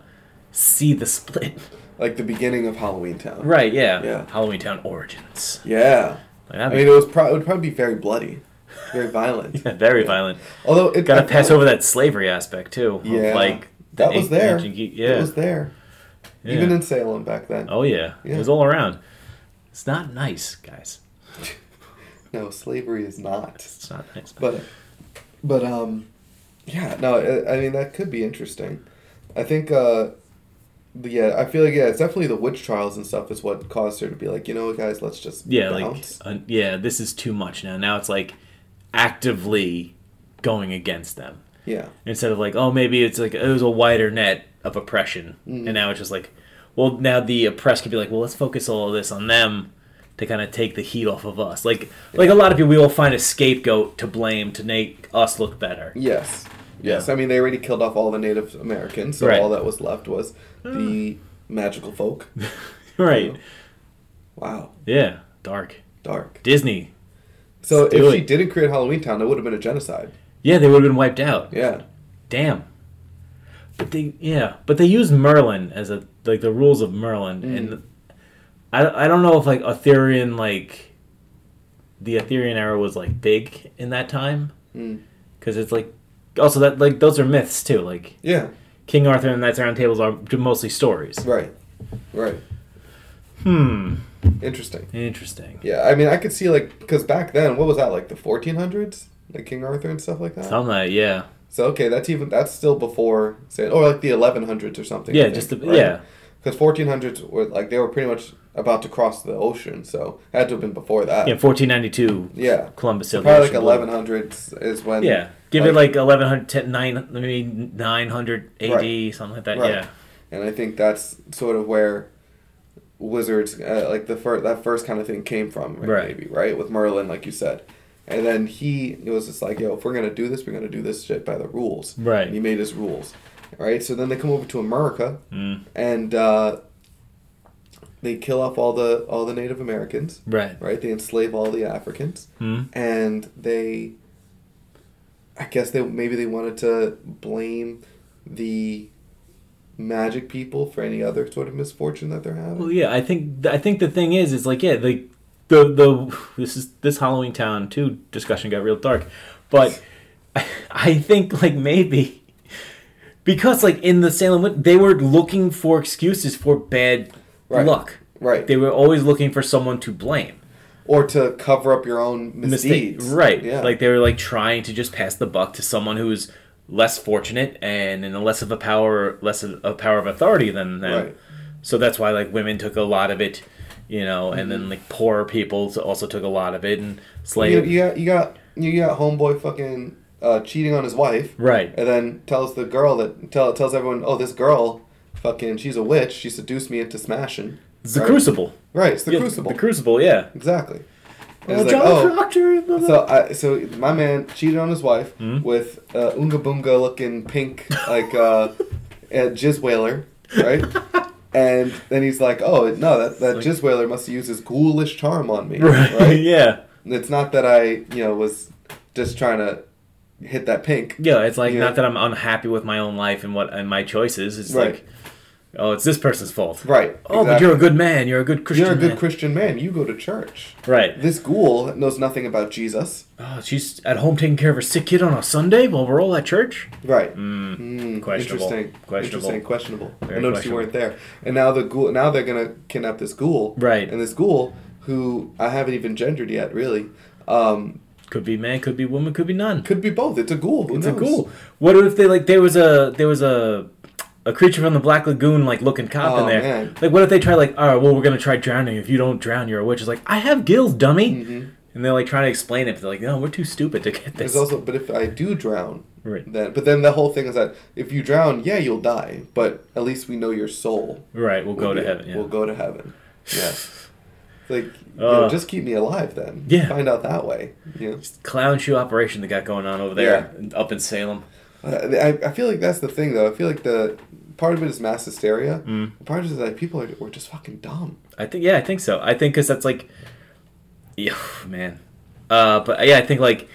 Speaker 3: see the split.
Speaker 2: like the beginning of Halloween Town.
Speaker 3: <laughs> Right? Yeah.
Speaker 2: Yeah.
Speaker 3: Halloween Town origins.
Speaker 2: Yeah.
Speaker 3: Like, that'd
Speaker 2: I
Speaker 3: be
Speaker 2: mean, it was pro- it would probably be very bloody, very violent.
Speaker 3: <laughs> Yeah, very violent.
Speaker 2: Although it
Speaker 3: Got
Speaker 2: I
Speaker 3: to pass
Speaker 2: felt-
Speaker 3: over that slavery aspect too. of,
Speaker 2: Yeah,
Speaker 3: like the
Speaker 2: that was
Speaker 3: an-
Speaker 2: there.
Speaker 3: ancient Greek-
Speaker 2: It
Speaker 3: yeah.
Speaker 2: was there,
Speaker 3: yeah.
Speaker 2: even in Salem back then.
Speaker 3: oh yeah.
Speaker 2: Yeah.
Speaker 3: it was all around. It's not nice, guys.
Speaker 2: No, slavery is not.
Speaker 3: It's not nice.
Speaker 2: But, but um, yeah. No, I, I mean that could be interesting. I think uh, the- yeah, I feel like yeah, it's definitely the witch trials and stuff is what caused her to be like, you know, what, guys, let's just
Speaker 3: yeah,
Speaker 2: bounce.
Speaker 3: like uh, yeah, this is too much now. Now it's like actively going against them
Speaker 2: yeah,
Speaker 3: instead of like oh maybe it's like it was a wider net of oppression and now it's just like well now the oppressed could be like well let's focus all of this on them to kind of take the heat off of us like like a lot of people we will find a scapegoat to blame to make us look better
Speaker 2: yes,
Speaker 3: Yeah.
Speaker 2: yes. I mean, they already killed off all the Native Americans, so
Speaker 3: Right. Hmm.
Speaker 2: all that was left was the magical
Speaker 3: <laughs>
Speaker 2: folk.
Speaker 3: right
Speaker 2: know? Wow,
Speaker 3: yeah dark
Speaker 2: dark.
Speaker 3: disney
Speaker 2: So
Speaker 3: Let's do
Speaker 2: if she
Speaker 3: it.
Speaker 2: didn't create Halloween Town, that would have been a genocide.
Speaker 3: yeah they would have been wiped out
Speaker 2: Yeah.
Speaker 3: damn but they yeah but they use merlin as a like the rules of merlin
Speaker 2: Mm.
Speaker 3: and I, I don't know if like arthurian like the arthurian era was like big in that time
Speaker 2: Mm.
Speaker 3: because it's like also that like those are myths too like
Speaker 2: Yeah.
Speaker 3: king arthur and knights round tables are mostly stories
Speaker 2: Right. Right.
Speaker 3: hmm
Speaker 2: Interesting.
Speaker 3: interesting
Speaker 2: Yeah. I mean, I could see like because back then, what was that like the 1400s, like King Arthur and stuff like that.
Speaker 3: Some that, yeah,
Speaker 2: so okay, that's even that's still before say or like the 1100s or something.
Speaker 3: yeah, just the, yeah,
Speaker 2: Because 1400s were like they were pretty much about to cross the ocean, so had to have been before that.
Speaker 3: yeah. Fourteen ninety two,
Speaker 2: Yeah.
Speaker 3: Columbus.
Speaker 2: So
Speaker 3: sailed the
Speaker 2: probably like
Speaker 3: ocean blue.
Speaker 2: 1100s is when.
Speaker 3: Yeah, give it
Speaker 2: like-
Speaker 3: like 1100, 10, 9, maybe 900 AD, something like that.
Speaker 2: Right.
Speaker 3: Yeah,
Speaker 2: and I think that's sort of where wizards uh, like the first that first kind of thing came from, right,
Speaker 3: Right.
Speaker 2: Maybe right with Merlin, like you said, and then he it was just like, yo, if we're gonna do this, we're gonna do this shit by the rules,
Speaker 3: Right.
Speaker 2: And he made his rules, right? So then they come over to America, and uh, they kill off all the all the Native Americans,
Speaker 3: right.
Speaker 2: right? They enslave all the Africans,
Speaker 3: Hmm.
Speaker 2: and they, I guess they maybe they wanted to blame the magic people for any other sort of misfortune that they're having.
Speaker 3: Well, yeah, I think I think the thing is, is like yeah, like the the this is this Halloween Town two discussion got real dark, but <laughs> I think like maybe because like in the Salem, Witch- they were looking for excuses for bad
Speaker 2: Right.
Speaker 3: luck.
Speaker 2: Right.
Speaker 3: They were always looking for someone to blame.
Speaker 2: or to cover up your own misdeeds.
Speaker 3: mistakes. Right.
Speaker 2: Yeah.
Speaker 3: Like they were like trying to just pass the buck to someone who's less fortunate and in a less of a power less of a power of authority than them.
Speaker 2: Right.
Speaker 3: So that's why like women took a lot of it, you know, and then like poorer people also took a lot of it and
Speaker 2: Mm-hmm. you,
Speaker 3: slave
Speaker 2: you got you got you got homeboy fucking uh, cheating on his wife,
Speaker 3: Right.
Speaker 2: and then tells the girl that tell tells everyone, oh, this girl, fucking, she's a witch. She seduced me into smashing.
Speaker 3: It's the
Speaker 2: right?
Speaker 3: crucible.
Speaker 2: Right. It's the
Speaker 3: Yeah,
Speaker 2: crucible.
Speaker 3: The crucible, yeah.
Speaker 2: exactly. And
Speaker 3: Oh,
Speaker 2: it's like,
Speaker 3: John
Speaker 2: oh,
Speaker 3: Proctor, blah, blah.
Speaker 2: So, I, so my man cheated on his wife
Speaker 3: Hmm?
Speaker 2: with uh, Oonga Boonga looking pink, like uh, a jizz whaler,
Speaker 3: <laughs>
Speaker 2: right? and then he's like, oh, no, that, that
Speaker 3: It's like-
Speaker 2: jizz whaler must have used his ghoulish charm on me,
Speaker 3: <laughs> right.
Speaker 2: right?
Speaker 3: <laughs> Yeah.
Speaker 2: It's not that I, you know, was just trying to hit that pink.
Speaker 3: Yeah, it's like
Speaker 2: Yeah.
Speaker 3: not that I'm unhappy with my own life and what and my choices. It's
Speaker 2: Right.
Speaker 3: like oh, it's this person's fault.
Speaker 2: Right.
Speaker 3: Oh, but
Speaker 2: exactly.
Speaker 3: you're a good man. You're a good Christian.
Speaker 2: You're a good
Speaker 3: man.
Speaker 2: Christian man. You go to church.
Speaker 3: Right.
Speaker 2: This ghoul knows nothing about Jesus.
Speaker 3: Oh, she's at home taking care of her sick kid on a Sunday while we're all at church.
Speaker 2: Right.
Speaker 3: Mm,
Speaker 2: Mm,
Speaker 3: questionable.
Speaker 2: Interesting.
Speaker 3: Questionable.
Speaker 2: Interesting. Questionable. I
Speaker 3: Very
Speaker 2: noticed you weren't there. And now the ghoul. Now they're gonna kidnap this ghoul.
Speaker 3: Right.
Speaker 2: And this ghoul, who I haven't even gendered yet, really, um,
Speaker 3: Could be man, could be woman, could be none.
Speaker 2: Could be both. It's a ghoul. Who
Speaker 3: It's a
Speaker 2: knows?
Speaker 3: ghoul. What if they like there was a there was a a creature from the Black Lagoon like looking cop
Speaker 2: Oh,
Speaker 3: in there.
Speaker 2: man.
Speaker 3: Like what if they try like, all right, well we're gonna try drowning. If you don't drown, you're a witch. It's like I have gills, dummy. And they're like trying to explain it, but they're like, no, we're too stupid to get this.
Speaker 2: Mm-hmm. There's also, but if I do drown,
Speaker 3: Right.
Speaker 2: then but then the whole thing is that if you drown, yeah, you'll die, but at least we know your soul.
Speaker 3: right, we'll go
Speaker 2: will
Speaker 3: to
Speaker 2: be-
Speaker 3: heaven. Yeah.
Speaker 2: We'll go to heaven. Yeah.
Speaker 3: <sighs>
Speaker 2: It's like, you
Speaker 3: Uh.
Speaker 2: know, just keep me alive then.
Speaker 3: Yeah.
Speaker 2: Find out that way. You know?
Speaker 3: Clown shoe operation they got going on over there, up in Salem.
Speaker 2: Uh, I, I feel like that's the thing though. I feel like the part of it is mass hysteria. Mm. Part of it is that people are were just fucking dumb.
Speaker 3: I think yeah, I think so. I think because that's like, <sighs> yeah, man. Uh, but yeah, I think like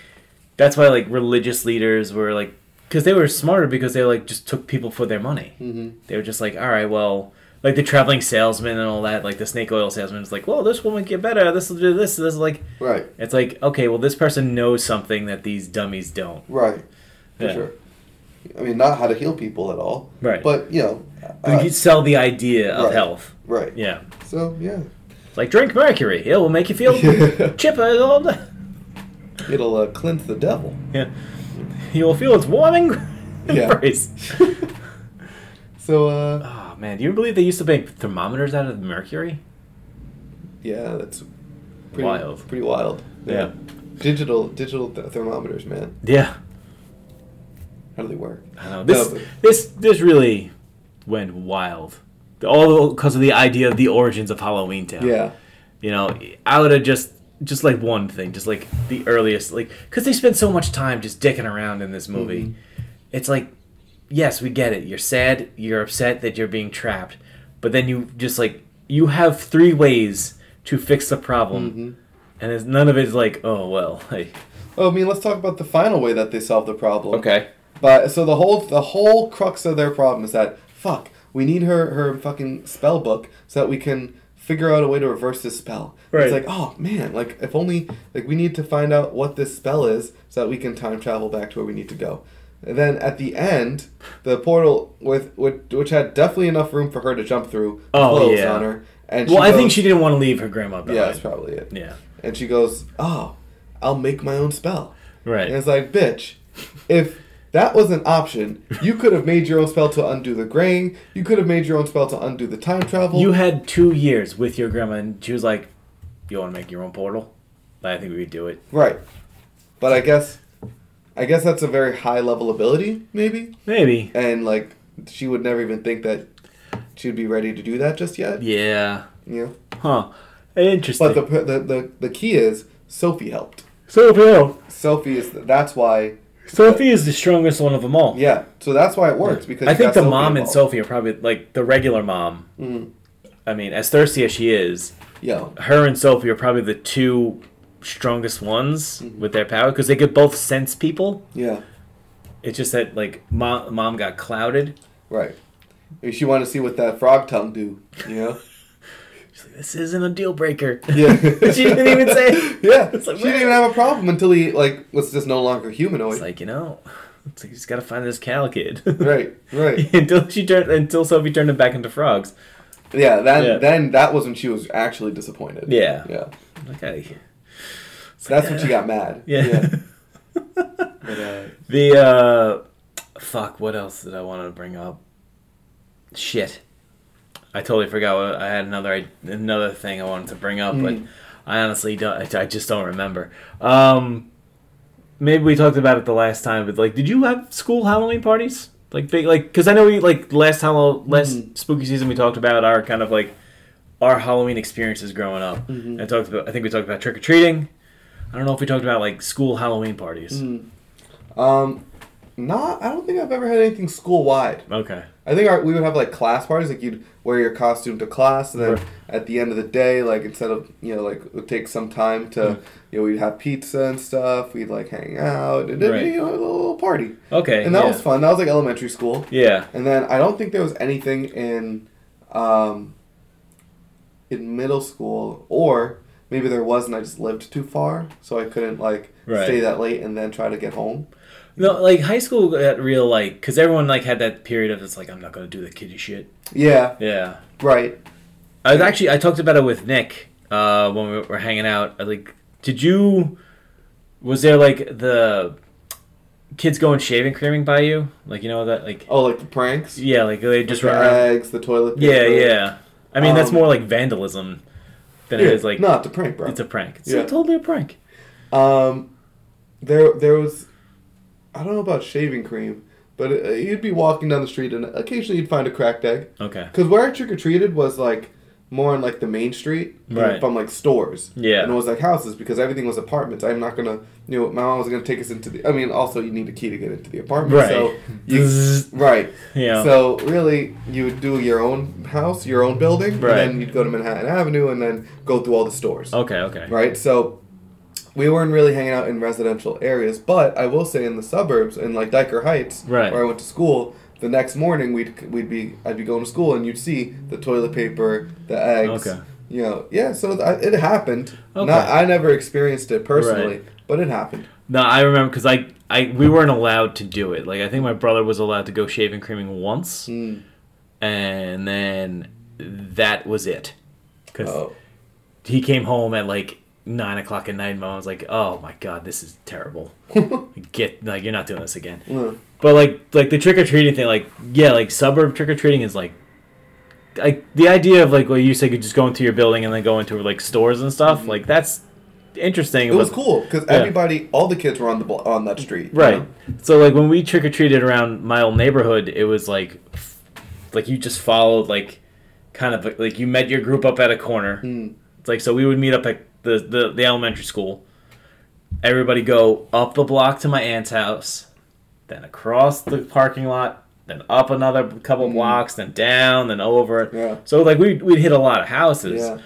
Speaker 3: that's why like religious leaders were like because they were smarter because they like just took people for their money. Mm-hmm. They were just like, all right, well, like the traveling salesman and all that, like the snake oil salesman is like, well, this will make you better. This will do this. This is like,
Speaker 2: Right.
Speaker 3: it's like okay, well, this person knows something that these dummies don't.
Speaker 2: Right. For
Speaker 3: Yeah.
Speaker 2: sure. I mean, not how to heal people at all.
Speaker 3: Right.
Speaker 2: But you know.
Speaker 3: We
Speaker 2: uh,
Speaker 3: could sell the idea of
Speaker 2: right.
Speaker 3: health.
Speaker 2: right.
Speaker 3: Yeah,
Speaker 2: So yeah.
Speaker 3: It's like drink mercury. It will make
Speaker 2: <laughs>
Speaker 3: you feel chipper. all the-
Speaker 2: It'll uh, cleanse the
Speaker 3: <laughs>
Speaker 2: devil.
Speaker 3: Yeah. You will feel its warming <laughs> embrace. <laughs>
Speaker 2: So uh
Speaker 3: Oh man, do you believe they used to make thermometers out of mercury?
Speaker 2: yeah, that's pretty
Speaker 3: Wild.
Speaker 2: Pretty wild. Digital digital th- thermometers, man.
Speaker 3: Yeah.
Speaker 2: How do they work?
Speaker 3: I know. This
Speaker 2: but-
Speaker 3: this this really went wild. All because of the idea of the origins of Halloween Town.
Speaker 2: Yeah.
Speaker 3: You know, I would have just just like one thing, just like the earliest, like because they spend so much time just dicking around in this movie. It's like, yes, we get it. You're sad. You're upset that you're being trapped, but then you just like you have three ways to fix the problem, and it's, none of it is like, oh well, <laughs> like
Speaker 2: Well, Oh, I mean, let's talk about the final way that they solve the problem. But so the whole the whole crux of their problem is that fuck, we need her her fucking spell book so that we can figure out a way to reverse this spell.
Speaker 3: Right.
Speaker 2: It's like, oh man, like if only like we need to find out what this spell is so that we can time travel back to where we need to go. And then at the end, the portal with which, which had definitely enough room for her to jump through
Speaker 3: Oh,
Speaker 2: closed
Speaker 3: yeah.
Speaker 2: on her. And
Speaker 3: Well, I think
Speaker 2: goes-
Speaker 3: she didn't want to leave her grandma behind.
Speaker 2: Yeah, that's probably it.
Speaker 3: Yeah.
Speaker 2: And she goes, Oh, I'll make my own spell.
Speaker 3: Right.
Speaker 2: And it's like, bitch, if that was an option, you could have made your own spell to undo the graying. You could have made your own spell to undo the time travel.
Speaker 3: You had two years with your grandma, and she was like, "You want to make your own portal? I think we could do it."
Speaker 2: right. But I guess I guess that's a very high level ability, maybe.
Speaker 3: Maybe.
Speaker 2: And like she would never even think that she'd be ready to do that just yet.
Speaker 3: Yeah.
Speaker 2: You know?
Speaker 3: Huh. Interesting.
Speaker 2: But the, the the the key is Sophie helped.
Speaker 3: Sophie. oh,
Speaker 2: Sophie is that's why
Speaker 3: Sophie is the strongest one of them all.
Speaker 2: yeah. So that's why it works because
Speaker 3: I
Speaker 2: you
Speaker 3: think
Speaker 2: got
Speaker 3: the
Speaker 2: Sophie
Speaker 3: mom and
Speaker 2: involved. Mm-hmm.
Speaker 3: Sophie are probably like the regular mom. I mean, as thirsty as she is,
Speaker 2: Yo,
Speaker 3: her and Sophie are probably the two strongest ones
Speaker 2: Mm-hmm.
Speaker 3: with their power because they could both sense people.
Speaker 2: yeah,
Speaker 3: It's just that like mom, mom got clouded.
Speaker 2: right. If she wanted to see what that frog tongue do, you know?
Speaker 3: This isn't a deal breaker.
Speaker 2: <laughs> Yeah.
Speaker 3: <laughs> she didn't even say. it.
Speaker 2: <laughs> Yeah,
Speaker 3: It's like,
Speaker 2: she didn't even have a problem until he like was just no longer humanoid.
Speaker 3: It's like you know, it's like you just gotta find this cow kid.
Speaker 2: <laughs> right, right.
Speaker 3: <laughs> until she turned, until Sophie turned him back into frogs.
Speaker 2: Yeah, then
Speaker 3: Yeah.
Speaker 2: then that was when she was actually disappointed.
Speaker 3: Yeah.
Speaker 2: yeah.
Speaker 3: Okay.
Speaker 2: That's when she got mad.
Speaker 3: <laughs> Yeah.
Speaker 2: But, uh,
Speaker 3: the uh, fuck. What else did I want to bring up? Shit. I totally forgot. What, I had another another thing I wanted to bring up, but I honestly don't. I, I just don't remember. Um, maybe we talked about it the last time, but like, did you have school Halloween parties? Like big, like because I know we like last Hallow last spooky season we talked about our kind of like our Halloween experiences growing up. I talked about. I think we talked about trick or treating. I don't know if we talked about like school Halloween parties.
Speaker 2: Hmm. Mm. um, not. I don't think I've ever had anything school wide.
Speaker 3: Okay.
Speaker 2: I think our, we would have like class parties, like you'd wear your costume to class, and then
Speaker 3: Right.
Speaker 2: at the end of the day, like instead of you know like it would take some time to you know we'd have pizza and stuff, we'd like hang out, and it'd
Speaker 3: Right.
Speaker 2: be you know, a little party,
Speaker 3: Okay.
Speaker 2: and that
Speaker 3: yeah.
Speaker 2: was fun. That was like elementary school,
Speaker 3: Yeah.
Speaker 2: and then I don't think there was anything in um, in middle school, or maybe there was, and I just lived too far, so I couldn't like
Speaker 3: Right.
Speaker 2: stay that late and then try to get home.
Speaker 3: No, like high school got real like because everyone like had that period of it's like I'm not gonna do the kiddie shit.
Speaker 2: Yeah,
Speaker 3: Yeah.
Speaker 2: right.
Speaker 3: I was actually I talked about it with Nick uh, when we were hanging out. I, like, did you Was there like the kids going shaving creaming by you? Like you know that like
Speaker 2: Oh, like the pranks,
Speaker 3: yeah, like they just
Speaker 2: the
Speaker 3: run around.
Speaker 2: eggs, the toilet.
Speaker 3: Yeah,
Speaker 2: paper.
Speaker 3: yeah. I mean that's
Speaker 2: Um,
Speaker 3: more like vandalism than
Speaker 2: Yeah,
Speaker 3: it is like
Speaker 2: no, it's a prank, bro.
Speaker 3: it's a prank. It's
Speaker 2: Yeah.
Speaker 3: totally a prank.
Speaker 2: Um, there, there was, I don't know about shaving cream, but uh, you'd be walking down the street and occasionally you'd find a cracked egg.
Speaker 3: Okay.
Speaker 2: Because where I trick or treated was like more on like the main street, you know,
Speaker 3: Right.
Speaker 2: From like stores,
Speaker 3: Yeah.
Speaker 2: and it was like houses because everything was apartments. I'm not gonna, you know, my mom was gonna take us into the. I mean, also you need a key to get into the apartment,
Speaker 3: Right.
Speaker 2: so you, right.
Speaker 3: Yeah.
Speaker 2: So really, you would do your own house, your own building,
Speaker 3: Right.
Speaker 2: and then you'd go to Manhattan Avenue and then go through all the stores
Speaker 3: <laughs> okay, okay.
Speaker 2: right? So we weren't really hanging out in residential areas, but I will say in the suburbs, in like Diker Heights,
Speaker 3: Right.
Speaker 2: where I went to school, the next morning we'd we'd be I'd be going to school and you'd see the toilet paper, the eggs,
Speaker 3: Okay.
Speaker 2: you know, yeah. So th- it happened.
Speaker 3: Okay.
Speaker 2: Not I never experienced it personally,
Speaker 3: Right.
Speaker 2: but it happened.
Speaker 3: No, I remember because I, I we weren't allowed to do it. Like I think my brother was allowed to go shaving creaming once,
Speaker 2: Hmm.
Speaker 3: and then that was it. Because
Speaker 2: Oh,
Speaker 3: he came home at like nine o'clock at night, and my mom was like, "Oh my god, this is
Speaker 2: <laughs>
Speaker 3: terrible. Get like you're not doing this again."
Speaker 2: Mm.
Speaker 3: But like like the trick or treating thing, like yeah, like suburb trick or treating is like. Like the idea of like what you said, you just go into your building and then go into like stores and stuff. Like that's interesting.
Speaker 2: Mm-hmm. it was cool because
Speaker 3: Yeah.
Speaker 2: everybody, all the kids were on the blo- on that street, you
Speaker 3: Right.
Speaker 2: know?
Speaker 3: So like when we trick or treated around my old neighborhood, it was like, f- like you just followed like, kind of like- like you met your group up at a corner.
Speaker 2: Hmm.
Speaker 3: It's like so we would meet up at the, the the elementary school. Everybody go up the block to my aunt's house, then across the parking lot, then up another couple blocks, then down, then over.
Speaker 2: Hmm. Yeah.
Speaker 3: So like we we'd hit a lot of houses,
Speaker 2: Yeah.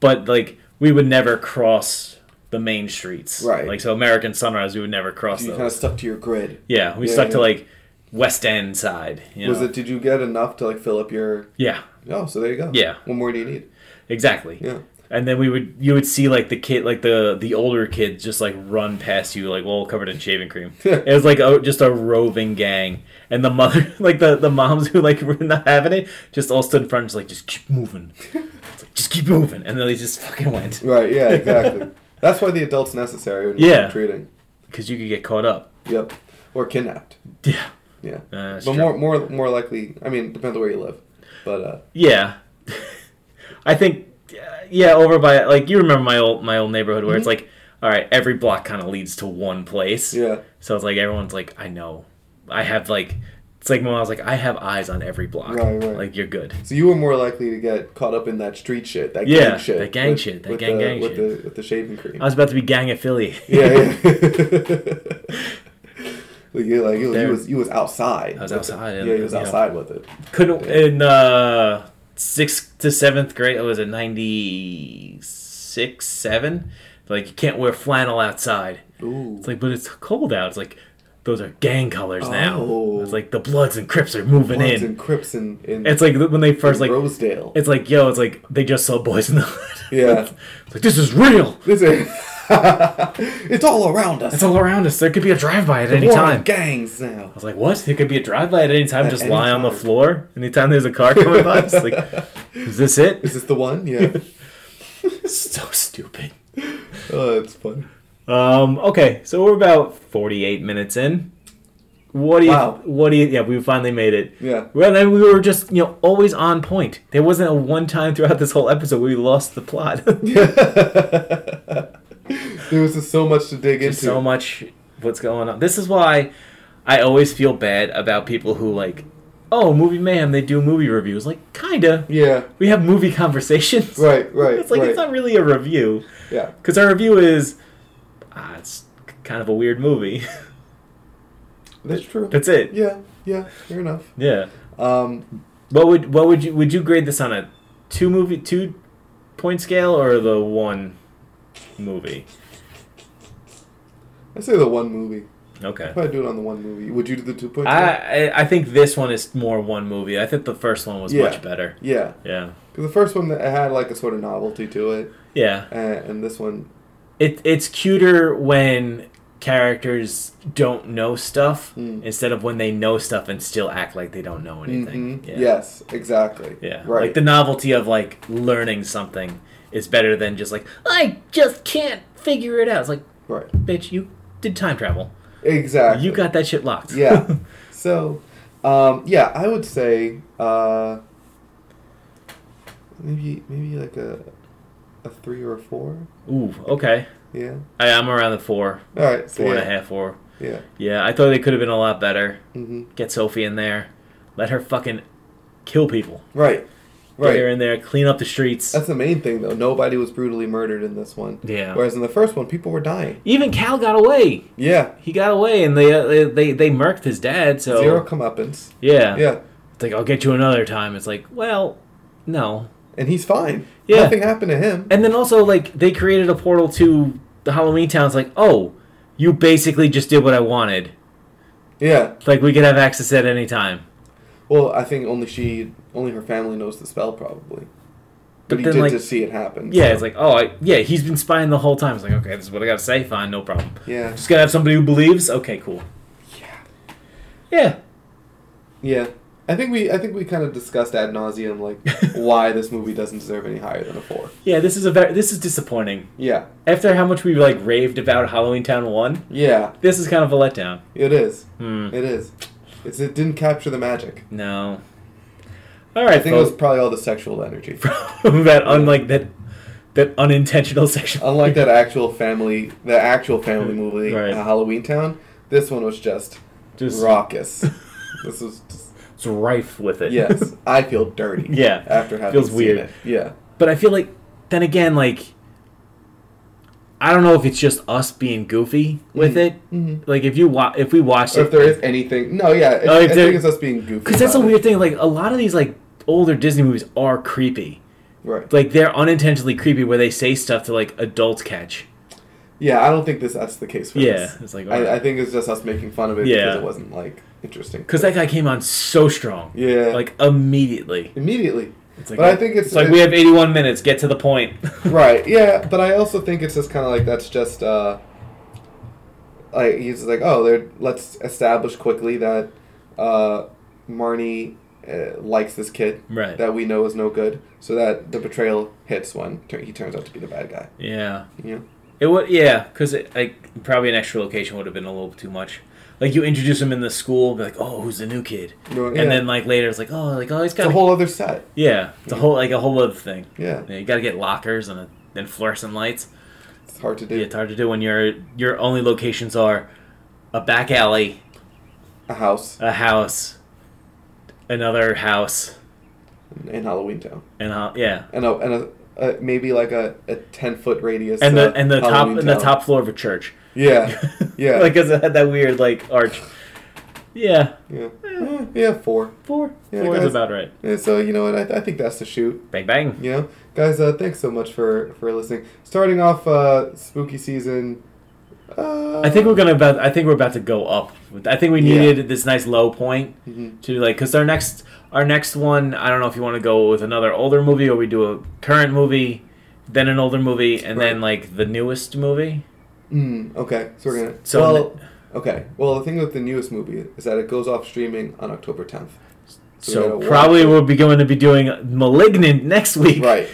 Speaker 3: but like we would never cross the main streets.
Speaker 2: Right.
Speaker 3: Like so American Sunrise, we would never cross
Speaker 2: You
Speaker 3: those.
Speaker 2: kind of stuck to your grid.
Speaker 3: Yeah, we
Speaker 2: Yeah,
Speaker 3: stuck to
Speaker 2: yeah.
Speaker 3: like West End side. You know?
Speaker 2: Was it? Did you get enough to like fill up your?
Speaker 3: Yeah,
Speaker 2: Oh, so there you go.
Speaker 3: Yeah.
Speaker 2: What more do you need?
Speaker 3: exactly.
Speaker 2: Yeah.
Speaker 3: And then we would you would see like the kid like the the older kids just like run past you like well covered in shaving
Speaker 2: <laughs>
Speaker 3: cream. it was like a, just a roving gang, and the mother <laughs> like the the moms who like <laughs> were not having it just all stood in front and just like just
Speaker 2: <laughs>
Speaker 3: keep moving, It's like, just keep moving, and then they just fucking went
Speaker 2: Right.
Speaker 3: <laughs>
Speaker 2: Yeah. Exactly. That's why the adult's necessary when you're
Speaker 3: Yeah.
Speaker 2: treating.
Speaker 3: because you could get caught up.
Speaker 2: Yep. Or kidnapped.
Speaker 3: Yeah,
Speaker 2: Yeah.
Speaker 3: Uh, that's
Speaker 2: but
Speaker 3: true.
Speaker 2: more, more, more likely. I mean, depends on where you live. But uh,
Speaker 3: Yeah, <laughs> I think uh, yeah over by like you remember my old my old neighborhood where it's like all right every block kind of leads to one place.
Speaker 2: Mm-hmm. yeah,
Speaker 3: So it's like everyone's like I know, I have like it's like when I was like I have eyes on every block.
Speaker 2: Right, right.
Speaker 3: Like you're good.
Speaker 2: so you were more likely to get caught up in that street shit, that
Speaker 3: Yeah,
Speaker 2: gang shit,
Speaker 3: that gang shit, that gang
Speaker 2: the,
Speaker 3: gang
Speaker 2: with
Speaker 3: shit.
Speaker 2: the with the shaving cream.
Speaker 3: I was about to be gang affiliated.
Speaker 2: <laughs> yeah,
Speaker 3: <laughs>
Speaker 2: yeah. like you, like you, you was you was outside.
Speaker 3: I
Speaker 2: with
Speaker 3: was
Speaker 2: it.
Speaker 3: outside,
Speaker 2: Yeah,
Speaker 3: and,
Speaker 2: you was
Speaker 3: you know.
Speaker 2: outside with it.
Speaker 3: Couldn't in uh sixth to seventh grade. It was it ninety six seven. Like you can't wear flannel outside.
Speaker 2: Ooh.
Speaker 3: It's like, but it's cold out. It's like, those are gang colors
Speaker 2: Oh.
Speaker 3: now. It's like the Bloods and Crips are moving
Speaker 2: Bloods
Speaker 3: in.
Speaker 2: and Crips and in,
Speaker 3: It's like when they first like,
Speaker 2: Rosedale.
Speaker 3: it's like, yo, it's like they just saw Boys in the Hood. <laughs>
Speaker 2: yeah,
Speaker 3: It's like this is real.
Speaker 2: listen, <laughs> it's all around us.
Speaker 3: It's all around us. There could be a drive by at any
Speaker 2: War on
Speaker 3: time. I
Speaker 2: gangs now.
Speaker 3: was like, what? There could be a drive by at any time.
Speaker 2: At
Speaker 3: just
Speaker 2: any
Speaker 3: lie on the
Speaker 2: time.
Speaker 3: floor. Anytime there's a car coming by,
Speaker 2: <laughs>
Speaker 3: it's like, is this it?
Speaker 2: Is this the one? Yeah.
Speaker 3: so stupid.
Speaker 2: <laughs> oh, that's funny. <laughs>
Speaker 3: Um. Okay, so we're about forty-eight minutes in. What do you?
Speaker 2: Wow.
Speaker 3: What do you? Yeah, we finally made it.
Speaker 2: Yeah.
Speaker 3: Well, then we were just you know always on point. There wasn't a one time throughout this whole episode where we lost
Speaker 2: <laughs>
Speaker 3: the plot.
Speaker 2: There was just so much to dig
Speaker 3: There's
Speaker 2: into.
Speaker 3: so much what's going on. This is why I always feel bad about people who like, oh, movie mayhem. They do movie reviews. Like, kinda.
Speaker 2: Yeah.
Speaker 3: We have movie <laughs> conversations.
Speaker 2: Right. Right.
Speaker 3: <laughs> It's like
Speaker 2: right.
Speaker 3: it's not really a review
Speaker 2: yeah.
Speaker 3: because our review is, ah, it's kind of a weird movie. <laughs>
Speaker 2: That's true.
Speaker 3: That's it.
Speaker 2: yeah. Yeah. Fair enough.
Speaker 3: yeah.
Speaker 2: Um,
Speaker 3: What would what would you would you grade this on a two movie two point scale or the one movie?
Speaker 2: I say the one movie.
Speaker 3: Okay.
Speaker 2: Probably do it on the one movie. Would you do the two point?
Speaker 3: I I- I think this one is more one movie. I think the first one was
Speaker 2: Yeah.
Speaker 3: much better.
Speaker 2: Yeah.
Speaker 3: Yeah.
Speaker 2: Because the first one that had like a sort of novelty to it,
Speaker 3: Yeah.
Speaker 2: and, and this one,
Speaker 3: It it's cuter when characters don't know stuff
Speaker 2: Mm.
Speaker 3: instead of when they know stuff and still act like they don't know anything.
Speaker 2: Mhm. yes, exactly.
Speaker 3: Yeah.
Speaker 2: Right.
Speaker 3: Like the novelty of like learning something is better than just like I just can't figure it out. It's like
Speaker 2: right.
Speaker 3: bitch, you did time travel.
Speaker 2: Exactly.
Speaker 3: You got that shit locked.
Speaker 2: yeah. So, um, yeah, I would say uh, maybe maybe like a a three or a four.
Speaker 3: <laughs> Ooh. Okay.
Speaker 2: Yeah.
Speaker 3: I, I'm around the four,
Speaker 2: All right. So
Speaker 3: four and
Speaker 2: yeah.
Speaker 3: a half, four.
Speaker 2: Yeah.
Speaker 3: Yeah, I thought they could have been a lot better.
Speaker 2: hmm
Speaker 3: Get Sophie in there, let her fucking kill people.
Speaker 2: Right.
Speaker 3: Right.
Speaker 2: Right.
Speaker 3: Get her in there, clean up the streets.
Speaker 2: That's the main thing, though. Nobody was brutally murdered in this one.
Speaker 3: Yeah.
Speaker 2: Whereas in the first one, people were dying.
Speaker 3: Even Cal got away.
Speaker 2: Yeah.
Speaker 3: He got away, and they uh, they they, they murked his dad. So
Speaker 2: Zero comeuppance.
Speaker 3: yeah,
Speaker 2: Yeah.
Speaker 3: It's like I'll get you another time. It's like well, no.
Speaker 2: And he's fine.
Speaker 3: Yeah.
Speaker 2: Nothing happened to him.
Speaker 3: And then also like they created a portal to the Halloween town. It's like oh, you basically just did what I wanted.
Speaker 2: Yeah.
Speaker 3: Like we could have access at any time.
Speaker 2: Well, I think only she, only her family knows the spell, probably. But,
Speaker 3: But
Speaker 2: he
Speaker 3: then,
Speaker 2: did
Speaker 3: like-
Speaker 2: just see it happen.
Speaker 3: Yeah,
Speaker 2: so-
Speaker 3: it's like oh I, yeah, he's been spying the whole time. It's like okay, this is what I gotta say. Fine, no problem.
Speaker 2: Yeah.
Speaker 3: Just gotta have somebody who believes. Okay, cool.
Speaker 2: Yeah.
Speaker 3: Yeah.
Speaker 2: Yeah. I think we, I think we kind of discussed ad nauseum
Speaker 3: <laughs>
Speaker 2: like why this movie doesn't deserve any higher than a four.
Speaker 3: Yeah, this is a very this is disappointing.
Speaker 2: Yeah.
Speaker 3: After how much we like raved about Halloween Town one,
Speaker 2: Yeah.
Speaker 3: this is kind of a letdown.
Speaker 2: It is.
Speaker 3: Hmm.
Speaker 2: It is. It's, it didn't capture the magic.
Speaker 3: No. All right,
Speaker 2: I think it was
Speaker 3: folks. <laughs>
Speaker 2: probably all the sexual energy.
Speaker 3: that unlike that that unintentional sexual.
Speaker 2: Unlike that actual family, the actual
Speaker 3: <laughs>
Speaker 2: family movie,
Speaker 3: Right.
Speaker 2: uh, Halloween Town, this one was just,
Speaker 3: just <laughs>
Speaker 2: raucous. this was just,
Speaker 3: it's rife with it.
Speaker 2: yes, I feel dirty.
Speaker 3: <laughs> Yeah.
Speaker 2: after having
Speaker 3: Feels
Speaker 2: seen
Speaker 3: weird.
Speaker 2: it. Yeah,
Speaker 3: <laughs> but I feel like then again, like I don't know if it's just us being goofy with
Speaker 2: Mhm.
Speaker 3: it.
Speaker 2: Mhm.
Speaker 3: Like if you wa- if we watched
Speaker 2: or if
Speaker 3: it,
Speaker 2: there is anything, no, yeah, it,
Speaker 3: Oh,
Speaker 2: I
Speaker 3: if there-
Speaker 2: think it's us being goofy.
Speaker 3: because that's a
Speaker 2: about it.
Speaker 3: weird thing. Like a lot of these like older Disney movies are creepy.
Speaker 2: right?
Speaker 3: Like they're unintentionally creepy where they say stuff to like adults catch.
Speaker 2: Yeah, I don't think this that's the case for
Speaker 3: Yeah,
Speaker 2: this.
Speaker 3: it's like,
Speaker 2: I, I
Speaker 3: alright.
Speaker 2: think it's just us making fun of it because
Speaker 3: Yeah.
Speaker 2: it wasn't like interesting.
Speaker 3: Because that guy came on so strong.
Speaker 2: Yeah.
Speaker 3: Like immediately.
Speaker 2: immediately,
Speaker 3: It's like,
Speaker 2: but I think it's,
Speaker 3: it's like we have 81 minutes. Get to the point.
Speaker 2: <laughs> right yeah but i also think it's just kind of like that's just uh like he's like oh they're let's establish quickly that uh marnie uh, likes this kid
Speaker 3: Right.
Speaker 2: that we know is no good so that the betrayal hits when tur- he turns out to be the bad guy
Speaker 3: yeah.
Speaker 2: yeah
Speaker 3: It would. Yeah. Because like probably an extra location would have been a little too much. Like you introduce him in the school, be like, oh, who's the new kid?
Speaker 2: No, yeah.
Speaker 3: And then like later, it's like, oh, like oh, he's got
Speaker 2: it's a whole other set
Speaker 3: yeah, it's a whole like a whole other thing.
Speaker 2: yeah
Speaker 3: Yeah, you got to get lockers and a, and fluorescent lights.
Speaker 2: it's hard to do
Speaker 3: Yeah, it's hard to do when your your only locations are a back alley,
Speaker 2: a house
Speaker 3: a house, another house,
Speaker 2: in halloween town
Speaker 3: and uh, yeah,
Speaker 2: and a, and a uh, maybe like a, a 10 foot radius
Speaker 3: and
Speaker 2: uh,
Speaker 3: the and the top
Speaker 2: Halloween
Speaker 3: and the
Speaker 2: Town.
Speaker 3: top floor of a church. <laughs>
Speaker 2: yeah <laughs> yeah
Speaker 3: like 'cause it had that weird like arch. Yeah,
Speaker 2: yeah Eh, yeah four
Speaker 3: four.
Speaker 2: Yeah,
Speaker 3: four is
Speaker 2: guys.
Speaker 3: about right.
Speaker 2: And so you know what? I, I think that's the shoot.
Speaker 3: Bang bang.
Speaker 2: You know, guys, uh, thanks so much for for listening. Starting off uh, spooky season. Uh,
Speaker 3: I think we're gonna about. I think we're about to go up. I think we
Speaker 2: Yeah.
Speaker 3: needed this nice low point
Speaker 2: Mhm.
Speaker 3: to like because our next our next one. I don't know if you want to go with another older movie or we do a current movie, then an older movie, and then like the newest movie.
Speaker 2: Mm, okay, so we're gonna.
Speaker 3: So-
Speaker 2: well, okay. Well, the thing with the newest movie is that it goes off streaming on October tenth.
Speaker 3: So probably we'll be going to be doing Malignant next week.
Speaker 2: Right.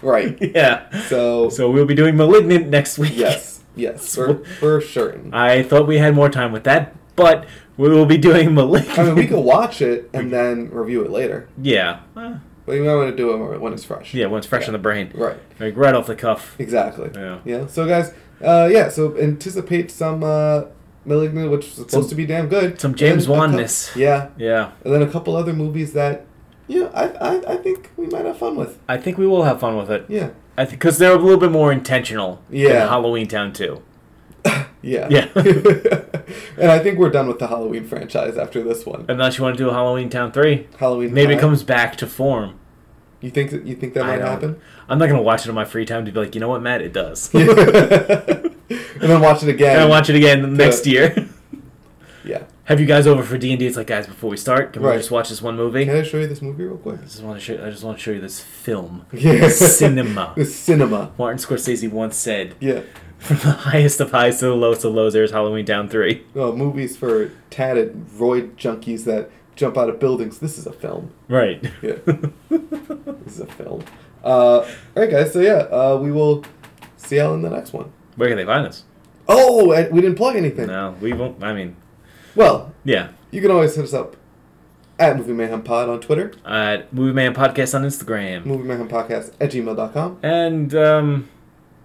Speaker 2: Right.
Speaker 3: <laughs> yeah.
Speaker 2: So,
Speaker 3: So we'll be doing Malignant next week.
Speaker 2: yes, yes, for for certain.
Speaker 3: <laughs> I thought we had more time with that, but we will be doing Malignant.
Speaker 2: I mean, we can watch it and then review it later,
Speaker 3: <laughs> yeah. Uh,
Speaker 2: but you might want to do it when it's fresh.
Speaker 3: yeah, when it's fresh in the brain.
Speaker 2: Right.
Speaker 3: Like right off the cuff.
Speaker 2: Exactly.
Speaker 3: Yeah.
Speaker 2: Yeah. So guys, uh, yeah. So anticipate some uh, *Malignant*, which is supposed
Speaker 3: Some-
Speaker 2: to be damn good.
Speaker 3: some James
Speaker 2: And then a cou-
Speaker 3: Wan-ness.
Speaker 2: Yeah,
Speaker 3: Yeah.
Speaker 2: and then a couple other movies that, yeah, I, I, I think we might have fun with.
Speaker 3: I think we will have fun with it.
Speaker 2: Yeah.
Speaker 3: I think because they're a little bit more intentional.
Speaker 2: Yeah.
Speaker 3: Than Halloween Town Two.
Speaker 2: Yeah.
Speaker 3: Yeah.
Speaker 2: <laughs> and I think we're done with the Halloween franchise after this one.
Speaker 3: Unless you want to do a Halloween Town Three,
Speaker 2: Halloween.
Speaker 3: Uh, maybe it
Speaker 2: High.
Speaker 3: comes back to form.
Speaker 2: You think that you think that
Speaker 3: I
Speaker 2: might
Speaker 3: don't-
Speaker 2: happen?
Speaker 3: <laughs>
Speaker 2: <laughs>
Speaker 3: I'm not gonna watch it on my free time to be like, you know what, Matt, it does. <laughs> and
Speaker 2: and then watch it again.
Speaker 3: I watch it again next year. <laughs>
Speaker 2: Yeah.
Speaker 3: have you guys over for D and D? It's like, guys, before we start, can
Speaker 2: Right.
Speaker 3: we just watch this one movie?
Speaker 2: Can I show you this movie real quick?
Speaker 3: I just want to show. I just want to show you this film.
Speaker 2: Yeah.
Speaker 3: Cinema.
Speaker 2: <laughs> The cinema.
Speaker 3: Martin Scorsese once said,
Speaker 2: Yeah.
Speaker 3: "From the highest of highs to the lowest of lows, there's Halloween Town <laughs> 3.
Speaker 2: Oh, movies for tatted roid junkies that jump out of buildings. This is a film.
Speaker 3: Right. <laughs>
Speaker 2: Yeah. this is a film. Uh, all right, guys. So yeah, uh, we will see y'all in the next one.
Speaker 3: Where can they find us?
Speaker 2: Oh, and we didn't plug anything.
Speaker 3: No, we won't. I mean,
Speaker 2: Well,
Speaker 3: yeah.
Speaker 2: you can always hit us up at Movie Mayhem Pod on Twitter,
Speaker 3: Uh, Movie Man Podcast on Instagram.
Speaker 2: Movie Mayhem Podcast at gmail.com.
Speaker 3: And, um,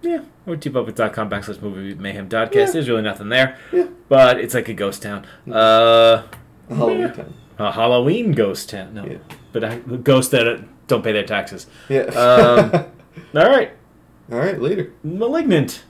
Speaker 3: yeah, or tpuppet.com backslash movie mayhem podcast.
Speaker 2: Yeah.
Speaker 3: There's really nothing there.
Speaker 2: Yeah.
Speaker 3: But it's like a ghost town. Uh,
Speaker 2: Halloween
Speaker 3: Yeah.
Speaker 2: time.
Speaker 3: a Halloween ghost town. No.
Speaker 2: Yeah.
Speaker 3: But I, ghosts that don't pay their taxes.
Speaker 2: Yeah. <laughs>
Speaker 3: Um, All right.
Speaker 2: All right, later.
Speaker 3: Malignant.